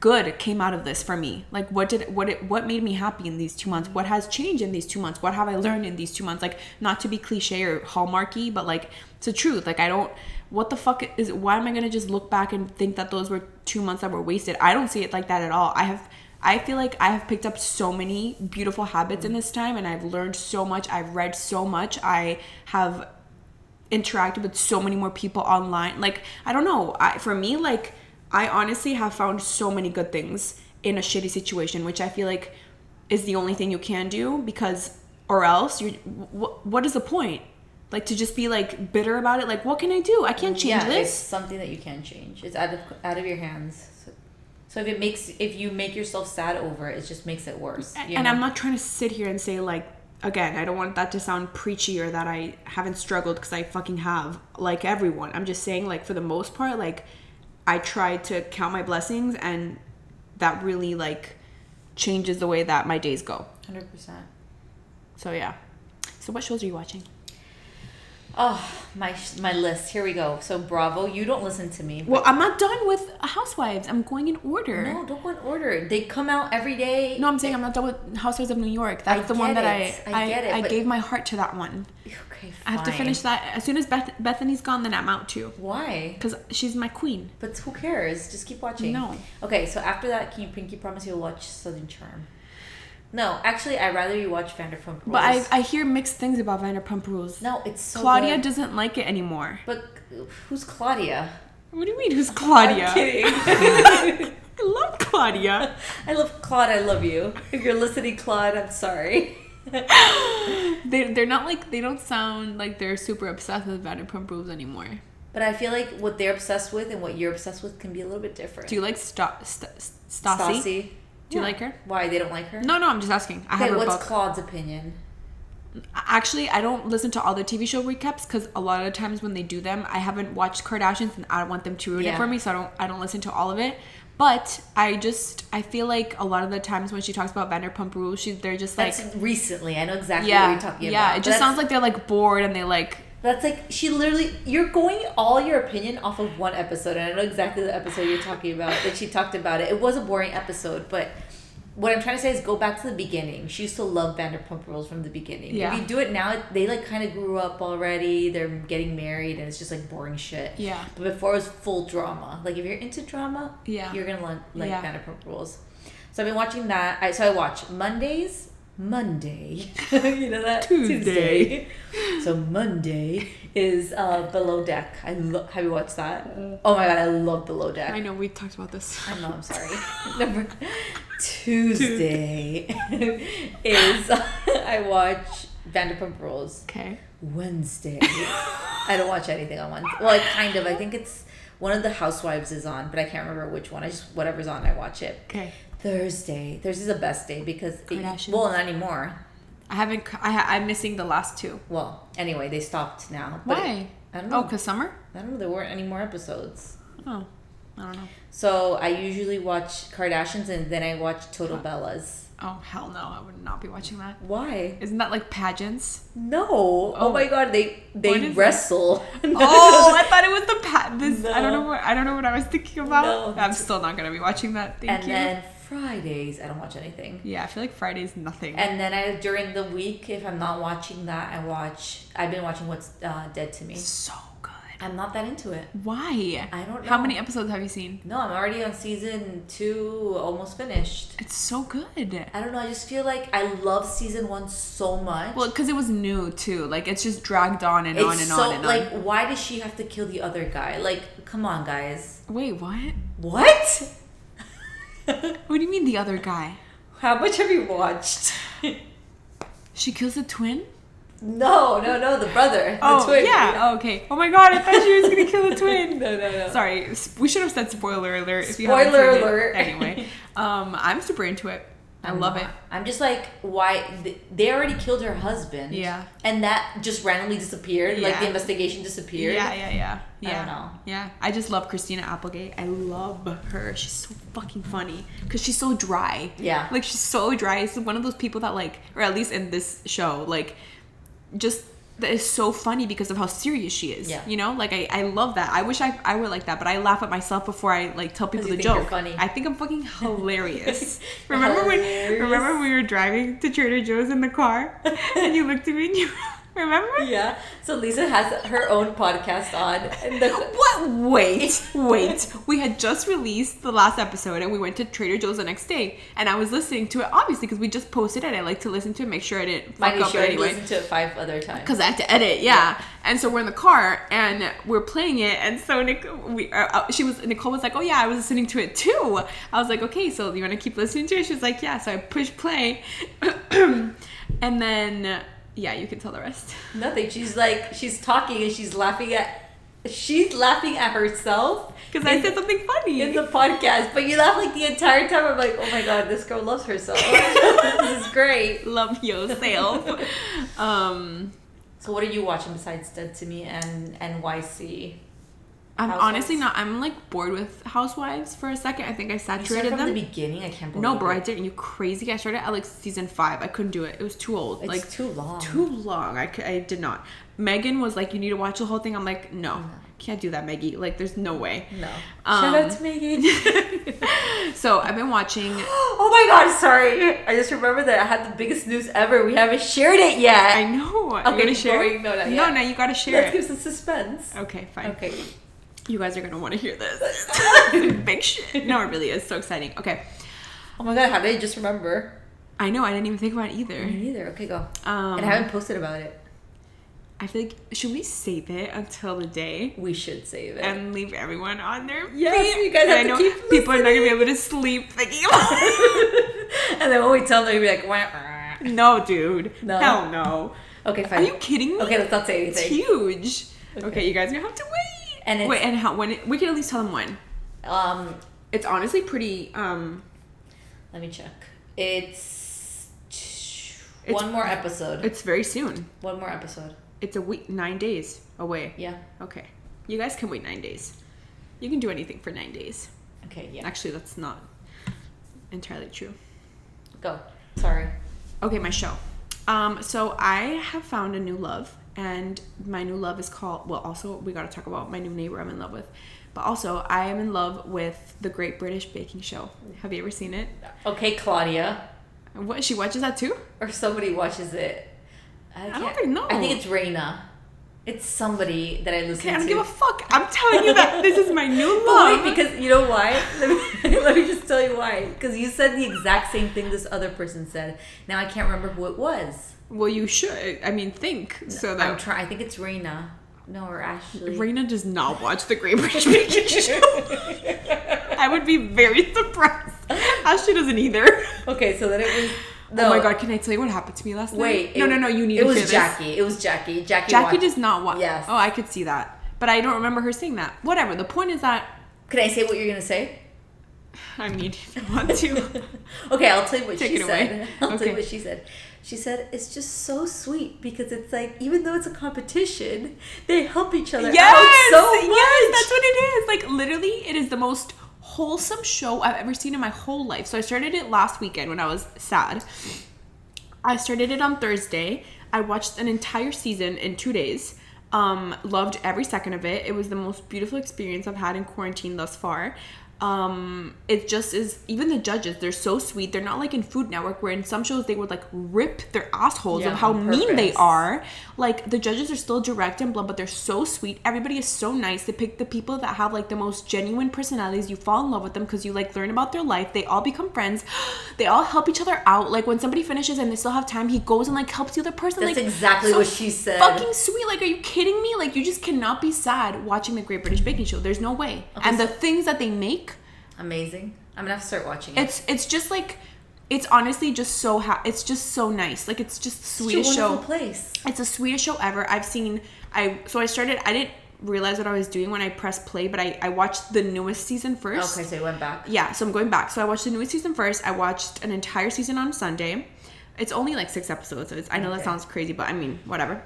Speaker 3: good came out of this for me like what did what it what made me happy in these two months what has changed in these two months what have i learned in these two months like not to be cliche or hallmarky but like it's the truth like i don't what the fuck is why am i gonna just look back and think that those were two months that were wasted i don't see it like that at all i have i feel like i have picked up so many beautiful habits in this time and i've learned so much i've read so much i have interacted with so many more people online. Like, I don't know. I, for me, like, I honestly have found so many good things in a shitty situation, which I feel like is the only thing you can do because, or else, you're, wh- what is the point? Like, to just be like bitter about it? Like, what can I do? I can't change
Speaker 2: yeah, it's
Speaker 3: this.
Speaker 2: something that you can change. It's out of out of your hands. So, so if it makes if you make yourself sad over it, it just makes it worse. you
Speaker 3: and
Speaker 2: know?
Speaker 3: I'm not trying to sit here and say like again, I don't want that to sound preachy or that I haven't struggled because I fucking have like everyone. I'm just saying like for the most part like I try to count my blessings and that really like changes the way that my days go.
Speaker 2: hundred percent.
Speaker 3: So yeah. So what shows are you watching?
Speaker 2: Oh my sh- my list. Here we go. So Bravo, you don't listen to me.
Speaker 3: Well, I'm not done with Housewives. I'm going in order.
Speaker 2: No, don't go in order. They come out every day.
Speaker 3: No, I'm saying I'm not done with Housewives of New York. That's
Speaker 2: I
Speaker 3: the one
Speaker 2: get
Speaker 3: that
Speaker 2: it.
Speaker 3: I
Speaker 2: I
Speaker 3: I,
Speaker 2: get it,
Speaker 3: I
Speaker 2: but-
Speaker 3: gave my heart to that one.
Speaker 2: Okay, fine.
Speaker 3: I have to finish that as soon as Beth, Bethany's gone. Then I'm out too.
Speaker 2: Why?
Speaker 3: Because she's my queen.
Speaker 2: But who cares? Just keep watching.
Speaker 3: No.
Speaker 2: Okay, so after that, can you pinky promise you'll watch Southern Charm? No, actually, I'd rather you watch Vanderpump Rules.
Speaker 3: But I, I hear mixed things about Vanderpump Rules.
Speaker 2: no, it's so
Speaker 3: Claudia
Speaker 2: good.
Speaker 3: doesn't like it anymore.
Speaker 2: But who's Claudia?
Speaker 3: What do you mean, who's Claudia?
Speaker 2: I'm kidding.
Speaker 3: I love Claudia.
Speaker 2: I love Claude. I love you. If you're listening, Claude, I'm sorry.
Speaker 3: they, they're not like, they don't sound like they're super obsessed with Vanderpump Rules anymore.
Speaker 2: But I feel like what they're obsessed with and what you're obsessed with can be a little bit different.
Speaker 3: Do you like Sta- Sta- Stassi?
Speaker 2: Stassi?
Speaker 3: Do you
Speaker 2: Yeah.
Speaker 3: like her?
Speaker 2: Why they don't like her?
Speaker 3: No, no, I'm just asking. I have
Speaker 2: Okay,
Speaker 3: her
Speaker 2: what's
Speaker 3: book.
Speaker 2: Claude's opinion?
Speaker 3: Actually, I don't listen to all the TV show recaps because a lot of times when they do them, I haven't watched Kardashians and I don't want them to ruin it
Speaker 2: Yeah.
Speaker 3: for me, so I don't I don't listen to all of it. But I just I feel like a lot of the times when she talks about Vanderpump Rules, she they're just like
Speaker 2: That's recently. I know exactly what
Speaker 3: yeah
Speaker 2: you're talking about.
Speaker 3: yeah. It
Speaker 2: But
Speaker 3: just
Speaker 2: that's-
Speaker 3: sounds like they're like bored and they like
Speaker 2: that's like she literally. You're going all your opinion off of one episode, and I know exactly the episode you're talking about. That she talked about it. It was a boring episode, but what I'm trying to say is go back to the beginning. She used to love Vanderpump Rules from the beginning.
Speaker 3: Yeah.
Speaker 2: If you do it now, it- they like kind of grew up already. They're getting married, and it's just like boring shit.
Speaker 3: Yeah.
Speaker 2: But before it was full drama. Like if you're into drama,
Speaker 3: Yeah.
Speaker 2: you're gonna like, like
Speaker 3: Yeah.
Speaker 2: Vanderpump Rules. So I've been watching that. I, so I watch Mondays. Monday, you know that
Speaker 3: Tuesday.
Speaker 2: Tuesday. So Monday is uh, Below Deck. I lo- have you watched that? Oh my god, I love Below Deck.
Speaker 3: Uh. I know we talked about this.
Speaker 2: I know, I'm sorry. Number Tuesday is uh, I watch Vanderpump Rules.
Speaker 3: Okay.
Speaker 2: Wednesday. I don't watch anything on Wednesday. Well, I kind of. I think it's one of the Housewives is on, but I can't remember which one. I just whatever's on, I watch it.
Speaker 3: Okay.
Speaker 2: Thursday. Thursday's the best day because it,
Speaker 3: Kardashians.
Speaker 2: well, not anymore.
Speaker 3: I haven't. c- I ha- I'm missing the last two.
Speaker 2: Well, anyway, they stopped now. but
Speaker 3: Why?
Speaker 2: I don't
Speaker 3: Oh,
Speaker 2: know.
Speaker 3: cause summer.
Speaker 2: I don't know. There weren't any more episodes.
Speaker 3: Oh, I don't know.
Speaker 2: So I usually watch Kardashians and then I watch Total Bellas.
Speaker 3: Oh hell no! I would not be watching that.
Speaker 2: Why?
Speaker 3: Isn't that like pageants?
Speaker 2: No. Oh, my god, they
Speaker 3: What
Speaker 2: they
Speaker 3: is
Speaker 2: wrestle.
Speaker 3: Oh, I thought it was the pat. This I don't
Speaker 2: No.
Speaker 3: know what I don't know what I was thinking about.
Speaker 2: No,
Speaker 3: I'm
Speaker 2: that's-
Speaker 3: still not gonna be watching that. Thank
Speaker 2: and
Speaker 3: you.
Speaker 2: then Fridays, I don't watch anything.
Speaker 3: yeah, I feel like Friday's nothing.
Speaker 2: And then I during the week, if I'm not watching that, I watch. I've been watching What's uh, Dead to Me.
Speaker 3: so good.
Speaker 2: I'm not that into it.
Speaker 3: Why?
Speaker 2: I don't
Speaker 3: How
Speaker 2: know.
Speaker 3: many episodes have you seen?
Speaker 2: No, I'm already on season two, almost finished.
Speaker 3: It's so good.
Speaker 2: I don't know. I just feel like I love season one so much.
Speaker 3: Well, because it was new too. Like it's just dragged on and
Speaker 2: it's
Speaker 3: on and
Speaker 2: so
Speaker 3: on and on.
Speaker 2: like, why does she have to kill the other guy? Like, come on, guys.
Speaker 3: Wait, what?
Speaker 2: What?
Speaker 3: What do you mean the other guy?
Speaker 2: How much have you watched?
Speaker 3: She kills the twin?
Speaker 2: no, no, no. The brother. The
Speaker 3: Oh
Speaker 2: twin.
Speaker 3: yeah. Oh, okay. Oh my god, I thought she was gonna kill the twin.
Speaker 2: No, no, no.
Speaker 3: Sorry, s- we should have said spoiler alert. If you
Speaker 2: Spoiler
Speaker 3: haven't seen it.
Speaker 2: alert.
Speaker 3: Anyway, um, I'm super into it. I
Speaker 2: I'm
Speaker 3: love
Speaker 2: not.
Speaker 3: it.
Speaker 2: I'm just like, why? th- They already killed her husband.
Speaker 3: Yeah.
Speaker 2: And that just randomly disappeared. Like
Speaker 3: Yeah.
Speaker 2: the investigation disappeared.
Speaker 3: Yeah, yeah, yeah.
Speaker 2: I
Speaker 3: Yeah.
Speaker 2: don't know.
Speaker 3: Yeah. I just love Christina Applegate. I love her. She's so fucking funny cuz she's so dry.
Speaker 2: Yeah.
Speaker 3: Like she's so dry. She's one of those people that like or at least in this show like just that is so funny because of how serious she is.
Speaker 2: Yeah.
Speaker 3: You know? Like I, I love that. I wish I I were like that, but I laugh at myself before I like tell people
Speaker 2: you
Speaker 3: the
Speaker 2: think
Speaker 3: joke.
Speaker 2: you're funny.
Speaker 3: I think I'm fucking hilarious. remember
Speaker 2: Hilarious.
Speaker 3: when remember when we were driving to Trader Joe's in the car and you looked at me and you remember?
Speaker 2: Yeah. So Lisa has her own podcast on. And the,
Speaker 3: What? Wait, wait. We had just released the last episode and we went to Trader Joe's the next day. And I was listening to it, obviously, because we just posted it. I like to listen to it, make sure I didn't fuck
Speaker 2: Mind you,
Speaker 3: up
Speaker 2: she already
Speaker 3: anyway.
Speaker 2: listened to it five other times.
Speaker 3: Because I had to edit, yeah. And so we're in the car and we're playing it. And so Nic- we, uh, uh, she was Nicole was like, "Oh yeah, I was listening to it too." I was like, "Okay, so you want to keep listening to it?" She was like, "Yeah." So I pushed play, and then yeah, you can tell the rest.
Speaker 2: Nothing. She's like, she's talking and she's laughing at, she's laughing at herself
Speaker 3: Because I said something funny.
Speaker 2: in the podcast. But you laugh like the entire time. I'm like, oh my god, this girl loves herself. this is great.
Speaker 3: love yourself. um,
Speaker 2: So what are you watching besides Dead to Me and NYC?
Speaker 3: I'm
Speaker 2: Housewives.
Speaker 3: honestly not. I'm like bored with Housewives for a second. I think I
Speaker 2: You started
Speaker 3: saturated
Speaker 2: from
Speaker 3: them.
Speaker 2: the beginning. I can't believe
Speaker 3: no, bro,
Speaker 2: it.
Speaker 3: I didn't. You crazy? I started at like season five. I couldn't do it. It was too old.
Speaker 2: It's
Speaker 3: like
Speaker 2: too long.
Speaker 3: Too long. I, c- I did not. Megan was like, "You need to watch the whole thing." I'm like, "No, can't do that, Maggie. Like, there's no way."
Speaker 2: No. Shout
Speaker 3: Um,
Speaker 2: out to Megan.
Speaker 3: so I've been watching.
Speaker 2: oh my god, sorry. I just remember that I had the biggest news ever. We haven't shared it yet.
Speaker 3: I know. You
Speaker 2: Okay,
Speaker 3: gonna share?
Speaker 2: boring. No, not
Speaker 3: no,
Speaker 2: yet.
Speaker 3: no, you gotta share
Speaker 2: Let's
Speaker 3: it.
Speaker 2: give some suspense.
Speaker 3: Okay, fine.
Speaker 2: Okay.
Speaker 3: You guys are gonna want to hear this. Big shit. No, it really is so exciting. Okay.
Speaker 2: Oh my god, how did I just remember?
Speaker 3: I know. I didn't even think about it either.
Speaker 2: Me neither. Okay, go.
Speaker 3: Um,
Speaker 2: and I haven't posted about it.
Speaker 3: I feel like should we save it until the day
Speaker 2: We should save it.
Speaker 3: and leave everyone on their
Speaker 2: Yes,
Speaker 3: feet?
Speaker 2: you guys
Speaker 3: And
Speaker 2: have to keep
Speaker 3: people are not gonna be able to sleep thinking about it.
Speaker 2: and then when we tell them, you'll be like, wah, wah.
Speaker 3: No, dude.
Speaker 2: No.
Speaker 3: Hell no.
Speaker 2: okay, fine.
Speaker 3: Are you kidding me?
Speaker 2: Okay, let's not say
Speaker 3: It's
Speaker 2: anything.
Speaker 3: huge. Okay.
Speaker 2: Okay.
Speaker 3: you guys are gonna have to wait.
Speaker 2: And it's-
Speaker 3: wait, and how? When? we can at least tell them when.
Speaker 2: Um,
Speaker 3: It's honestly pretty. Um,
Speaker 2: let me check. It's, t-
Speaker 3: It's-
Speaker 2: one more episode.
Speaker 3: it's very soon.
Speaker 2: one more episode.
Speaker 3: It's a week, nine days away.
Speaker 2: Yeah.
Speaker 3: Okay. You guys can wait nine days. You can do anything for nine days.
Speaker 2: Okay. Yeah.
Speaker 3: Actually, that's not entirely true.
Speaker 2: Go. Sorry.
Speaker 3: Okay, my show. Um, so I have found a new love, and my new love is called. Well, also we gotta talk about my new neighbor I'm in love with, but also I am in love with the Great British Baking Show. Have you ever seen it?
Speaker 2: Okay, Claudia.
Speaker 3: What she watches that too?
Speaker 2: Or somebody watches it. I,
Speaker 3: don't
Speaker 2: can't-
Speaker 3: think- no.
Speaker 2: I think it's Raina. It's somebody that I listen
Speaker 3: Okay,
Speaker 2: to.
Speaker 3: I don't give a fuck. I'm telling you that this is my new
Speaker 2: But
Speaker 3: love.
Speaker 2: wait, because you know why? Let me, let me just tell you why. Because you said the exact same thing this other person said. Now I can't remember who it was.
Speaker 3: well, you should. I mean, think so that
Speaker 2: I'm trying. I think it's Raina. No, or Ashley.
Speaker 3: Raina does not watch the Great British Baking Show. I would be very surprised. Ashley doesn't either.
Speaker 2: Okay, so then it was
Speaker 3: oh my
Speaker 2: No.
Speaker 3: god, can I tell you what happened to me last night?
Speaker 2: Wait.
Speaker 3: no,
Speaker 2: it-
Speaker 3: no, no. You need
Speaker 2: It
Speaker 3: to
Speaker 2: was
Speaker 3: hear this.
Speaker 2: Jackie. It was Jackie. Jackie.
Speaker 3: Jackie
Speaker 2: watched-
Speaker 3: does not want.
Speaker 2: Yes.
Speaker 3: Oh, I could see that, but I don't remember her saying that. Whatever. The point is that
Speaker 2: Can I say what you're gonna say?
Speaker 3: I mean, if you want to.
Speaker 2: Okay, I'll tell you what
Speaker 3: Take
Speaker 2: she
Speaker 3: it away.
Speaker 2: said. I'll tell
Speaker 3: Okay.
Speaker 2: you what she said. She said it's just so sweet because it's like even though it's a competition, they help each other
Speaker 3: yes,
Speaker 2: out so much.
Speaker 3: yes, that's what it is. Like literally, it is the most wholesome show I've ever seen in my whole life. So I started it last weekend when I was sad. I started it on Thursday. I watched an entire season in two days. Um, loved every second of it. It was the most beautiful experience I've had in quarantine thus far. Um, it just is. Even the judges, they're so sweet. They're not like in Food Network, where in some shows they would like rip their assholes
Speaker 2: Yeah,
Speaker 3: of how
Speaker 2: on
Speaker 3: mean they
Speaker 2: purpose.
Speaker 3: are are. Like the judges are still direct and blunt, but they're so sweet. Everybody is so nice. They pick the people that have like the most genuine personalities. You fall in love with them because you like learn about their life. They all become friends. They all help each other out. Like when somebody finishes and they still have time, he goes and like helps the other person.
Speaker 2: That's
Speaker 3: like
Speaker 2: exactly what she said.
Speaker 3: Fucking sweet. Like, are you kidding me? Like you just cannot be sad watching the Great British Baking Show. There's no way. and the things that they make
Speaker 2: Amazing. I'm gonna have to start watching it.
Speaker 3: it's it's just like it's honestly just so ha- it's just so nice like it's just the
Speaker 2: Such
Speaker 3: sweetest
Speaker 2: a
Speaker 3: show
Speaker 2: wonderful place.
Speaker 3: it's the sweetest show ever i've seen i so i started i didn't realize what i was doing when i pressed play but i i watched the newest season first
Speaker 2: Okay, so I went back.
Speaker 3: yeah so i'm going back so i watched the newest season first i watched an entire season on sunday it's only like six episodes so it's, i know that sounds crazy but i mean whatever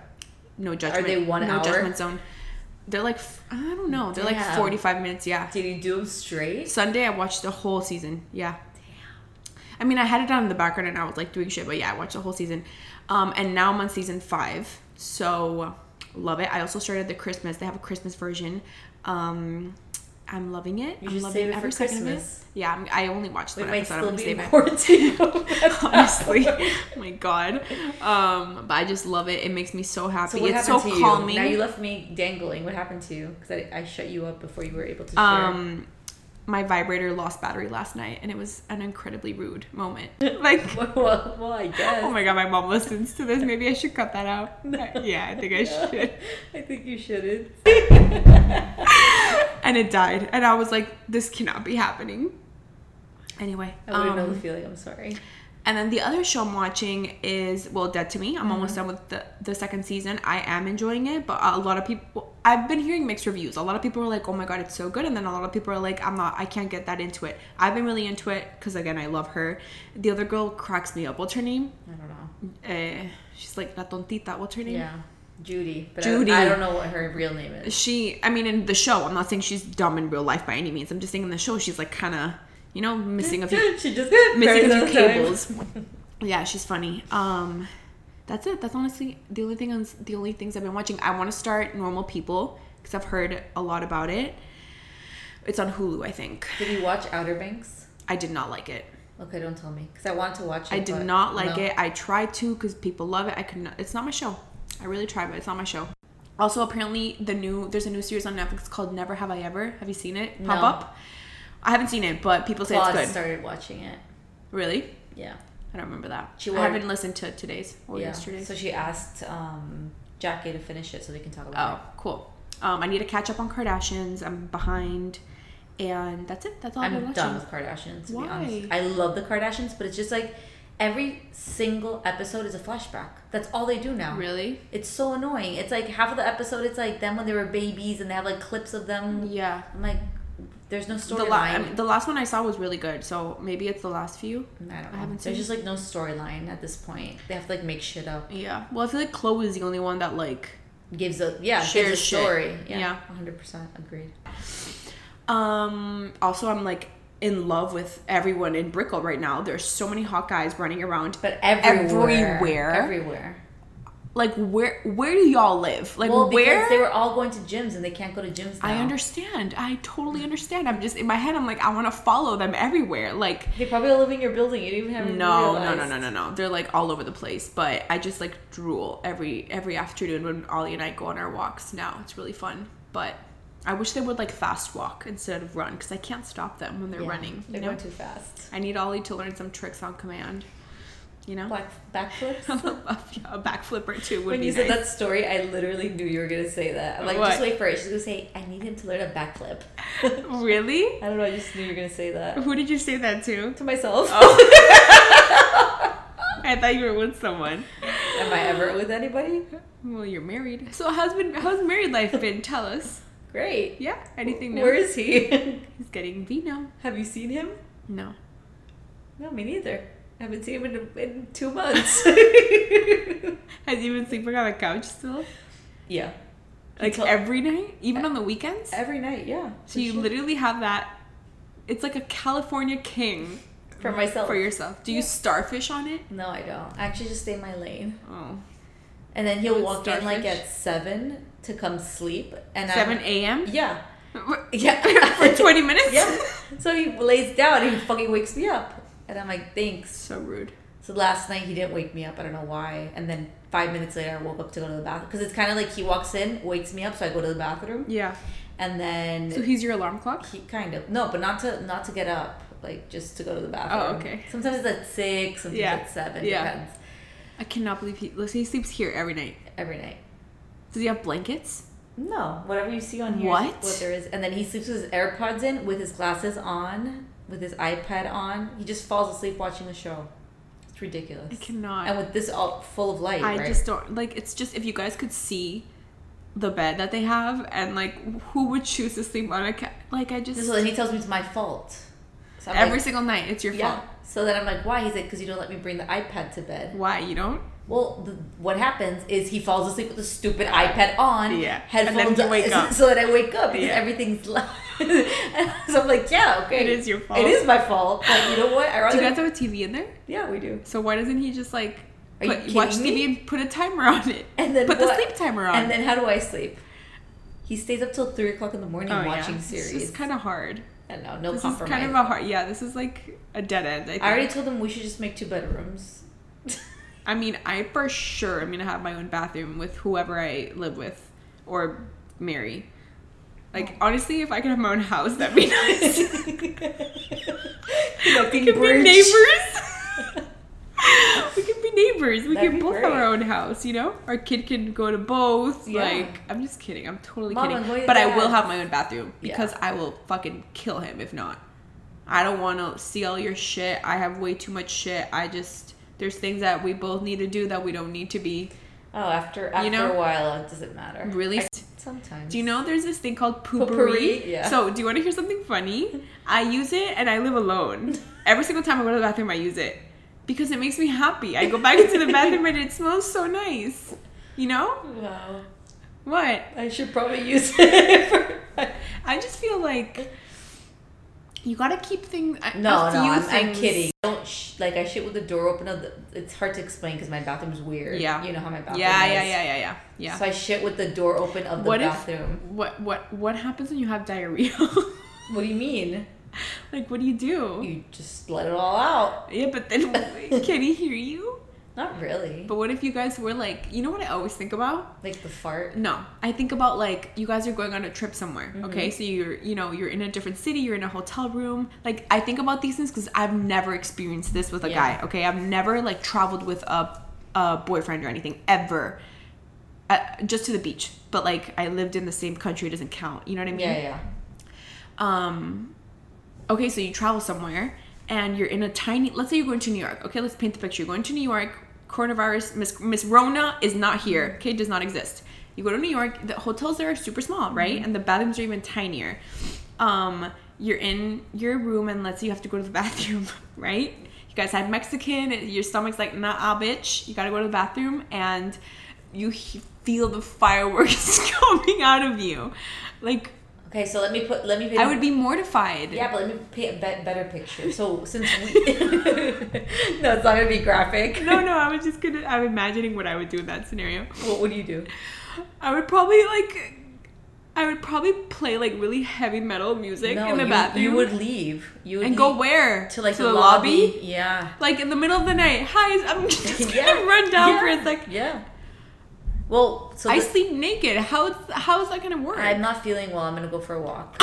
Speaker 3: no judgment
Speaker 2: they one
Speaker 3: no
Speaker 2: hour?
Speaker 3: judgment zone they're like f- i don't know they're like
Speaker 2: Damn.
Speaker 3: 45 minutes yeah
Speaker 2: Did you do them straight?
Speaker 3: Sunday, I watched the whole season. Yeah. I mean, I had it on in the background and I was like doing shit, but yeah, I watched the whole season. Um, and now I'm on season five, so love it. I also started the Christmas. They have a Christmas version. Um, I'm loving it.
Speaker 2: You
Speaker 3: I'm
Speaker 2: should
Speaker 3: loving
Speaker 2: save it for
Speaker 3: every second of
Speaker 2: Christmas.
Speaker 3: it. Yeah, I'm, I only watched
Speaker 2: We
Speaker 3: one
Speaker 2: might
Speaker 3: episode. I'm
Speaker 2: still be
Speaker 3: gonna save
Speaker 2: in
Speaker 3: it
Speaker 2: quarantine.
Speaker 3: honestly. oh my god. Um, but I just love it. It makes me so happy.
Speaker 2: So what
Speaker 3: it's so
Speaker 2: happened to you?
Speaker 3: calming.
Speaker 2: Now you left me dangling. What happened to you? Because I, I shut you up before you were able to share.
Speaker 3: um my vibrator lost battery last night and it was an incredibly rude moment like
Speaker 2: well, well, well, I guess.
Speaker 3: oh my god my mom listens to this maybe i should cut that out yeah i think i should
Speaker 2: I think you shouldn't.
Speaker 3: and it died and i was like this cannot be happening anyway
Speaker 2: I wouldn't know
Speaker 3: um,
Speaker 2: the feeling. I'm sorry.
Speaker 3: And then the other show I'm watching is well, Dead to Me. I'm almost done with the, the second season. I am enjoying it, but a lot of people I've been hearing mixed reviews. A lot of people are like, "Oh my god, it's so good," and then a lot of people are like, "I'm not. I can't get that into it." I've been really into it because again, I love her. The other girl cracks me up. What's her name?
Speaker 2: I don't know.
Speaker 3: Uh, she's like La Tontita. What's her name?
Speaker 2: Yeah, Judy. But
Speaker 3: Judy.
Speaker 2: I, I don't know what her real name is.
Speaker 3: She. I mean, in the show, I'm not saying she's dumb in real life by any means. I'm just saying in the show, she's like kind of, you know, missing a few
Speaker 2: she just
Speaker 3: missing
Speaker 2: burns
Speaker 3: a
Speaker 2: all
Speaker 3: few
Speaker 2: the time.
Speaker 3: cables. yeah, she's funny. Um, that's it. That's honestly the only thing. On, the only things I've been watching. I want to start Normal People because I've heard a lot about it. It's on Hulu, I think.
Speaker 2: Did you watch Outer Banks?
Speaker 3: I did not like it.
Speaker 2: Okay, don't tell me because I wanted to watch it.
Speaker 3: I did
Speaker 2: but
Speaker 3: not like
Speaker 2: no.
Speaker 3: it. I tried to because people love it. I could not. It's not my show. I really tried, but it's not my show. Also, apparently, the new there's a new series on Netflix called Never Have I Ever. Have you seen it? Pop
Speaker 2: No.
Speaker 3: up. I haven't seen it, but people say
Speaker 2: Claude
Speaker 3: it's good.
Speaker 2: started watching it.
Speaker 3: Really?
Speaker 2: Yeah.
Speaker 3: I don't remember that.
Speaker 2: She
Speaker 3: I
Speaker 2: ordered-
Speaker 3: haven't listened to today's or
Speaker 2: yeah.
Speaker 3: yesterday's.
Speaker 2: So she asked um, Jackie to finish it so we can talk about
Speaker 3: oh, cool. Um, I need to catch up on Kardashians. I'm behind, and that's it. Oh, That's all
Speaker 2: it.
Speaker 3: I've been
Speaker 2: I'm
Speaker 3: watching.
Speaker 2: done with Kardashians. To
Speaker 3: Why?
Speaker 2: Be honest. I love the Kardashians, but it's just like every single episode is a flashback. That's all they do now.
Speaker 3: Really?
Speaker 2: It's so annoying. It's like half of the episode. It's like them when they were babies, and they have like clips of them.
Speaker 3: Yeah.
Speaker 2: I'm like, there's no
Speaker 3: The, la- I
Speaker 2: storyline.
Speaker 3: mean, the last one I saw was really good, so maybe it's the last few.
Speaker 2: I don't know.
Speaker 3: haven't seen
Speaker 2: There's just like no storyline at this point. They have to like make shit up.
Speaker 3: Yeah. Well, I feel like Chloe is the only one that like.
Speaker 2: Gives a yeah,
Speaker 3: Shares
Speaker 2: gives a
Speaker 3: shit.
Speaker 2: story.
Speaker 3: Yeah.
Speaker 2: Yeah, hundred percent agreed.
Speaker 3: Um. Also, I'm like in love with everyone in Brickell right now. There's so many hot guys running around.
Speaker 2: But everywhere,
Speaker 3: Everywhere.
Speaker 2: everywhere.
Speaker 3: like, where where do y'all live? Like,
Speaker 2: Well, because
Speaker 3: where?
Speaker 2: they were all going to gyms and they can't go to gyms. Now.
Speaker 3: I understand. I totally understand. I'm just in my head. I'm like, I want to follow them everywhere. Like,
Speaker 2: They probably all live in your building. You didn't even have
Speaker 3: no, no, no, no, no, no. They're like all over the place. But I just like drool every every afternoon when Ollie and I go on our walks. Now it's really fun. But I wish they would like fast walk instead of run because I can't stop them when they're running. You
Speaker 2: They're
Speaker 3: know?
Speaker 2: going too fast.
Speaker 3: I need Ollie to learn some tricks on command. You know,
Speaker 2: Black backflips.
Speaker 3: a backflip or two would
Speaker 2: When
Speaker 3: be
Speaker 2: you said
Speaker 3: nice.
Speaker 2: that story, I literally knew you were gonna say that. I'm like,
Speaker 3: What?
Speaker 2: just wait for it. She's gonna say, "I need him to learn a backflip." I
Speaker 3: really?
Speaker 2: don't know. I just knew you were gonna say that
Speaker 3: Oh. Who did you say that to?
Speaker 2: to myself.
Speaker 3: I thought you were with someone.
Speaker 2: Am I ever with anybody?
Speaker 3: Well, you're married. So how's been how's married life been? Tell us.
Speaker 2: Great.
Speaker 3: Yeah. Anything new?
Speaker 2: Where is he?
Speaker 3: He's getting vino.
Speaker 2: Have you seen him?
Speaker 3: No.
Speaker 2: No, me neither. I haven't seen him in, in two months.
Speaker 3: Has he been sleeping on a couch still?
Speaker 2: yeah.
Speaker 3: Like
Speaker 2: told- Uh,
Speaker 3: every night, even on the weekends.
Speaker 2: Every night, yeah.
Speaker 3: So you literally have that. It's like a California king
Speaker 2: For myself.
Speaker 3: for yourself. Do you starfish on it?
Speaker 2: No, I don't. I actually just stay in my lane.
Speaker 3: Oh.
Speaker 2: And then he'll
Speaker 3: With
Speaker 2: walk in like
Speaker 3: starfish?
Speaker 2: at seven to come sleep. And
Speaker 3: Seven
Speaker 2: I'm,
Speaker 3: a.m.
Speaker 2: Yeah.
Speaker 3: Yeah. for twenty minutes.
Speaker 2: Yeah. So he lays down and he fucking wakes me up. And I'm like, thanks.
Speaker 3: So rude.
Speaker 2: So last night he didn't wake me up. I don't know why. And then five minutes later, I woke up to go to the bathroom. Because it's kind of like he walks in, wakes me up, so I go to the bathroom.
Speaker 3: Yeah.
Speaker 2: And then
Speaker 3: So he's your alarm clock.
Speaker 2: he kind of no, but not to not to get up, like just to go to the bathroom.
Speaker 3: Oh, okay.
Speaker 2: Sometimes it's at six, sometimes
Speaker 3: Yeah.
Speaker 2: at seven.
Speaker 3: Yeah.
Speaker 2: Depends.
Speaker 3: I cannot believe he. Listen, he sleeps here every night.
Speaker 2: Every night.
Speaker 3: Does he have blankets?
Speaker 2: No, whatever you see on here is
Speaker 3: What?
Speaker 2: what there is. And then he sleeps with his AirPods in, with his glasses on, with his iPad on. He just falls asleep watching a show. It's ridiculous.
Speaker 3: I cannot.
Speaker 2: And with this all full of light,
Speaker 3: I
Speaker 2: right?
Speaker 3: just don't like. It's just if you guys could see the bed that they have and like who would choose to sleep on a cat. Like I just
Speaker 2: So then he tells me it's my fault. So I'm
Speaker 3: every
Speaker 2: like,
Speaker 3: single night it's your
Speaker 2: yeah.
Speaker 3: fault.
Speaker 2: So then I'm like, why? He's like, because you don't let me bring the iPad to bed.
Speaker 3: Why you don't?
Speaker 2: Well, the, what happens is he falls asleep with the stupid iPad on.
Speaker 3: Yeah. And then
Speaker 2: Headphones.
Speaker 3: you wake up.
Speaker 2: So that I wake up because
Speaker 3: Yeah.
Speaker 2: everything's loud. so I'm like, yeah, okay.
Speaker 3: It is your fault.
Speaker 2: It is my fault. But you know what? I
Speaker 3: Do
Speaker 2: rather
Speaker 3: you guys have a TV in there?
Speaker 2: Yeah, we do.
Speaker 3: So why doesn't he just like
Speaker 2: Are you
Speaker 3: put, watch
Speaker 2: kidding me?
Speaker 3: TV and put a timer on it?
Speaker 2: And then
Speaker 3: put the
Speaker 2: what-
Speaker 3: sleep timer on.
Speaker 2: And then how do I sleep? He stays up till three o'clock in the morning
Speaker 3: oh,
Speaker 2: watching
Speaker 3: yeah.
Speaker 2: series.
Speaker 3: It's kind of hard.
Speaker 2: I don't know, no
Speaker 3: This
Speaker 2: compromise.
Speaker 3: is kind of a hard. Yeah, this is like a dead end. I, think.
Speaker 2: I already told him we should just make two bedrooms.
Speaker 3: I mean, I for sure am gonna have my own bathroom with whoever I live with or marry. Like
Speaker 2: Oh.
Speaker 3: honestly, if I could have my own house, that'd be nice. we
Speaker 2: Fucking
Speaker 3: could be
Speaker 2: bridge.
Speaker 3: neighbors. we could be neighbors. We
Speaker 2: That'd
Speaker 3: could
Speaker 2: be
Speaker 3: both have
Speaker 2: great.
Speaker 3: our own house. You know, our kid can go to both.
Speaker 2: Yeah.
Speaker 3: Like, I'm just kidding. I'm totally
Speaker 2: Mama, go
Speaker 3: kidding.
Speaker 2: to
Speaker 3: But I will
Speaker 2: dad.
Speaker 3: have my own bathroom
Speaker 2: Yeah.
Speaker 3: because I will fucking kill him if not. I don't want to see all your shit. I have way too much shit. I just there's things that we both need to do that we don't need to be
Speaker 2: Oh, after after
Speaker 3: know-
Speaker 2: a while, it doesn't matter.
Speaker 3: really.
Speaker 2: Sometimes.
Speaker 3: Do you know there's this thing called poopery?
Speaker 2: Poopery, yeah.
Speaker 3: So, do you want to hear something funny? I use it and I live alone. Every single time I go to the bathroom, I use it because it makes me happy. I go back into the bathroom and it smells so nice. You know?
Speaker 2: Wow.
Speaker 3: What?
Speaker 2: I should probably use it for.
Speaker 3: I just feel like you gotta keep things. I-
Speaker 2: No,
Speaker 3: us
Speaker 2: no,
Speaker 3: you
Speaker 2: I'm, I'm
Speaker 3: things-
Speaker 2: kidding. Don't sh- like I shit with the door open. Of the, it's hard to explain because my bathroom's weird.
Speaker 3: Yeah.
Speaker 2: you know how my bathroom
Speaker 3: Yeah,
Speaker 2: is.
Speaker 3: yeah, yeah, yeah, yeah. Yeah.
Speaker 2: So I shit with the door open of the
Speaker 3: what
Speaker 2: bathroom.
Speaker 3: if what what what happens when you have diarrhea?
Speaker 2: what do you mean?
Speaker 3: like, what do you do?
Speaker 2: You just let it all out?
Speaker 3: yeah, but then can he hear you?
Speaker 2: Not really.
Speaker 3: But what if you guys were like, you know what I always think about?
Speaker 2: Like the fart.
Speaker 3: No, I think about like you guys are going on a trip somewhere.
Speaker 2: Mm-hmm.
Speaker 3: Okay, so you're you know you're in a different city, you're in a hotel room. Like I think about these things because I've never experienced this with a
Speaker 2: Yeah.
Speaker 3: guy. Okay, I've never like traveled with a a boyfriend or anything ever. Uh, just to the beach, but like I lived in the same country, it doesn't count. You know what I mean?
Speaker 2: Yeah, yeah.
Speaker 3: um okay so you travel somewhere and you're in a tiny let's say you're going to new york okay let's paint the picture you're going to new york coronavirus miss miss rona is not here okay does not exist you go to new york the hotels there are super small right and the bathrooms are even tinier um you're in your room and let's say you have to go to the bathroom right you guys had mexican and your stomach's like nah ah, bitch you gotta go to the bathroom and you he- feel the fireworks coming out of you like
Speaker 2: Okay, so let me put. Let me. Put
Speaker 3: I would be mortified.
Speaker 2: Yeah, but let me paint a be- better picture. So since we. no, it's not gonna be graphic.
Speaker 3: Oh, No, no, I was just gonna. I'm imagining what I would do in that scenario.
Speaker 2: What would you do?
Speaker 3: I would probably like. I would probably play like really heavy metal music
Speaker 2: no,
Speaker 3: in the
Speaker 2: you,
Speaker 3: bathroom.
Speaker 2: you would leave. You would
Speaker 3: and go
Speaker 2: leave
Speaker 3: where
Speaker 2: to like
Speaker 3: to the, lobby?
Speaker 2: Yeah.
Speaker 3: like in the middle of the night. Hi, I'm just gonna
Speaker 2: Yeah,
Speaker 3: run down
Speaker 2: yeah,
Speaker 3: for a sec.
Speaker 2: Yeah. Well, so
Speaker 3: I
Speaker 2: the-
Speaker 3: sleep naked. How how is that gonna work?
Speaker 2: I'm not feeling well. I'm gonna go for a walk.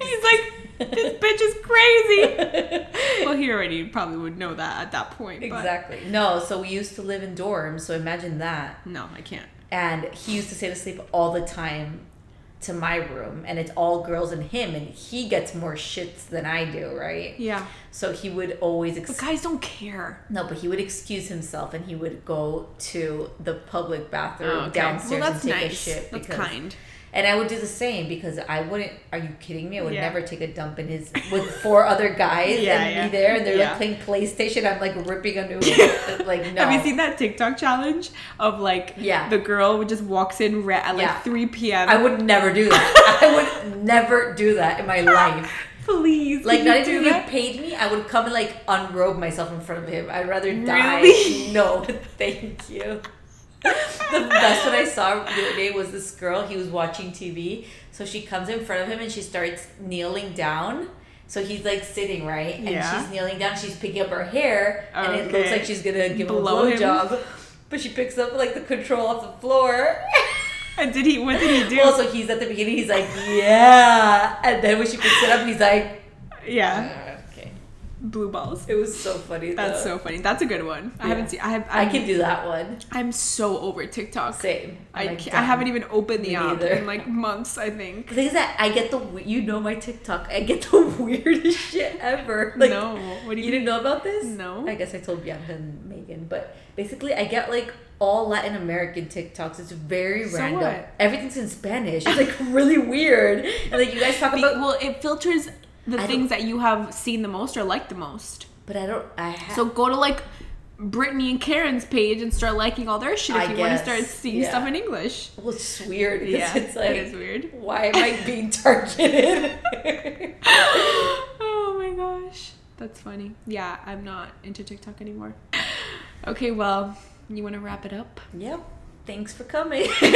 Speaker 3: He's like, this bitch is crazy. well, he already probably would know that at that point. but-
Speaker 2: exactly. No, so we used to live in dorms, so imagine that.
Speaker 3: No, I can't.
Speaker 2: And he used to stay to sleep all the time to my room and it's all girls and him and he gets more shits than I do, right?
Speaker 3: Yeah.
Speaker 2: So he would always
Speaker 3: But
Speaker 2: ex-
Speaker 3: guys don't care.
Speaker 2: no, but he would excuse himself and he would go to the public bathroom
Speaker 3: Oh, okay.
Speaker 2: downstairs
Speaker 3: Well, that's
Speaker 2: and take a
Speaker 3: nice.
Speaker 2: shit.
Speaker 3: That's kind.
Speaker 2: And I would do the same because I wouldn't. Are you kidding me? I would
Speaker 3: Yeah.
Speaker 2: never take a dump in his with four other guys
Speaker 3: Yeah,
Speaker 2: and
Speaker 3: yeah.
Speaker 2: be there and they're
Speaker 3: Yeah.
Speaker 2: like playing PlayStation. I'm like ripping a new one. like no.
Speaker 3: Have you seen that TikTok challenge of like
Speaker 2: Yeah.
Speaker 3: the girl who just walks in ra- at like
Speaker 2: Yeah.
Speaker 3: 3 p.m.
Speaker 2: I would never do that. I would never do that in my life.
Speaker 3: please
Speaker 2: Like
Speaker 3: can
Speaker 2: not
Speaker 3: you
Speaker 2: even
Speaker 3: do
Speaker 2: if you
Speaker 3: that?
Speaker 2: paid me, I would come and like unrobe myself in front of him. I'd rather die.
Speaker 3: Really?
Speaker 2: No, thank you. the best one I saw the other day was this girl. He was watching TV, so she comes in front of him and she starts kneeling down. So he's like sitting right, and
Speaker 3: Yeah.
Speaker 2: she's kneeling down. She's picking up her hair, and it looks
Speaker 3: Okay.
Speaker 2: like she's gonna give
Speaker 3: Blow
Speaker 2: him a
Speaker 3: him.
Speaker 2: blowjob. But she picks up like the control off the floor.
Speaker 3: And did he? What did he do?
Speaker 2: Also, he's at the beginning. He's like, yeah, and then when she picks it up, he's like,
Speaker 3: yeah,
Speaker 2: "Ah, okay.
Speaker 3: blue balls.
Speaker 2: It was so funny.
Speaker 3: That's
Speaker 2: though.
Speaker 3: so funny. That's a good one. I haven't seen. I have.
Speaker 2: I
Speaker 3: I'm,
Speaker 2: can do that one.
Speaker 3: I'm so over TikTok.
Speaker 2: Same.
Speaker 3: I,
Speaker 2: I'm like,
Speaker 3: ca- I
Speaker 2: done.
Speaker 3: haven't even opened
Speaker 2: Me
Speaker 3: the app
Speaker 2: neither.
Speaker 3: in like months. I think.
Speaker 2: The thing is that I get the we- you know my TikTok. I get the weirdest shit ever. Like,
Speaker 3: no. What do
Speaker 2: You
Speaker 3: you?
Speaker 2: didn't know about this?
Speaker 3: No.
Speaker 2: I guess I told Bianca and Megan, but basically I get like all Latin American TikToks. It's very
Speaker 3: So
Speaker 2: random.
Speaker 3: what?
Speaker 2: Everything's in Spanish. It's like really weird. And like you guys talk
Speaker 3: Be-
Speaker 2: about,
Speaker 3: well, it filters the
Speaker 2: don't-
Speaker 3: things that you have seen the most or liked the most.
Speaker 2: but I don't. I ha-
Speaker 3: So go to like Brittany and Karen's page and start liking all their shit if
Speaker 2: I
Speaker 3: you want to
Speaker 2: guess,
Speaker 3: start seeing
Speaker 2: yeah.
Speaker 3: stuff in English.
Speaker 2: well, it's just weird. Because
Speaker 3: Yeah,
Speaker 2: it's like
Speaker 3: it is weird.
Speaker 2: Why am I being targeted?
Speaker 3: oh my gosh. That's funny. Yeah, I'm not into TikTok anymore. Okay, well, you want to wrap it up?
Speaker 2: Yep. Thanks for coming. no,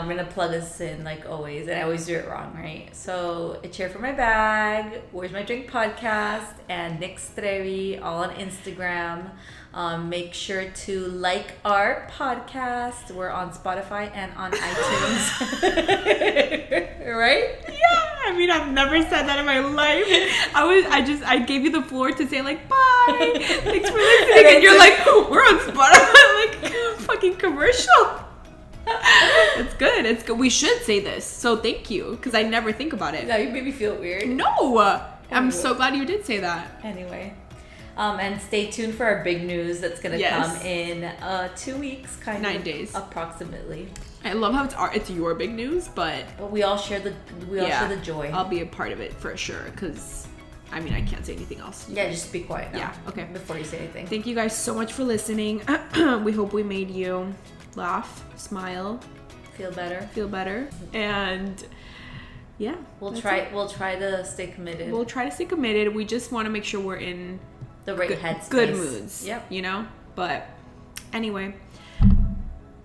Speaker 2: I'm gonna plug us in like always, and I always do it wrong, right? So, a chair for my bag. Where's my drink podcast? And Nick Strevi, all on Instagram. Um, make sure to like our podcast. We're on Spotify and on iTunes, right?
Speaker 3: Yeah, I mean, I've never said that in my life. I was, I just, I gave you the floor to say like, bye, thanks for listening, and you're like, "Oh, we're on Spotify, like, fucking commercial. It's good. It's good. We should say this. So thank you, because I never think about it.
Speaker 2: Now you made me feel weird.
Speaker 3: No, I'm so glad you did say that.
Speaker 2: Anyway, um, and stay tuned for our big news that's gonna
Speaker 3: Yes.
Speaker 2: come in uh, two weeks, kind of
Speaker 3: Nine days.
Speaker 2: approximately.
Speaker 3: I love how it's our, it's your big news, but
Speaker 2: But we all share the we all share the joy.
Speaker 3: I'll be a part of it for sure. Cause I mean, I can't say anything else.
Speaker 2: yeah, just be quiet. Now
Speaker 3: Yeah, okay.
Speaker 2: Before you say anything.
Speaker 3: Thank you guys so much for listening. we hope we made you laugh, smile,
Speaker 2: Feel better.
Speaker 3: feel better, and yeah,
Speaker 2: We'll
Speaker 3: that's
Speaker 2: try.
Speaker 3: it.
Speaker 2: We'll try to stay committed.
Speaker 3: We'll try to stay committed. We just want to make sure we're in
Speaker 2: the right
Speaker 3: good,
Speaker 2: headspace.
Speaker 3: good moods.
Speaker 2: Yep.
Speaker 3: You know. But anyway,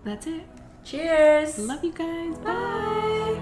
Speaker 3: that's it.
Speaker 2: Cheers.
Speaker 3: Love you guys. Bye.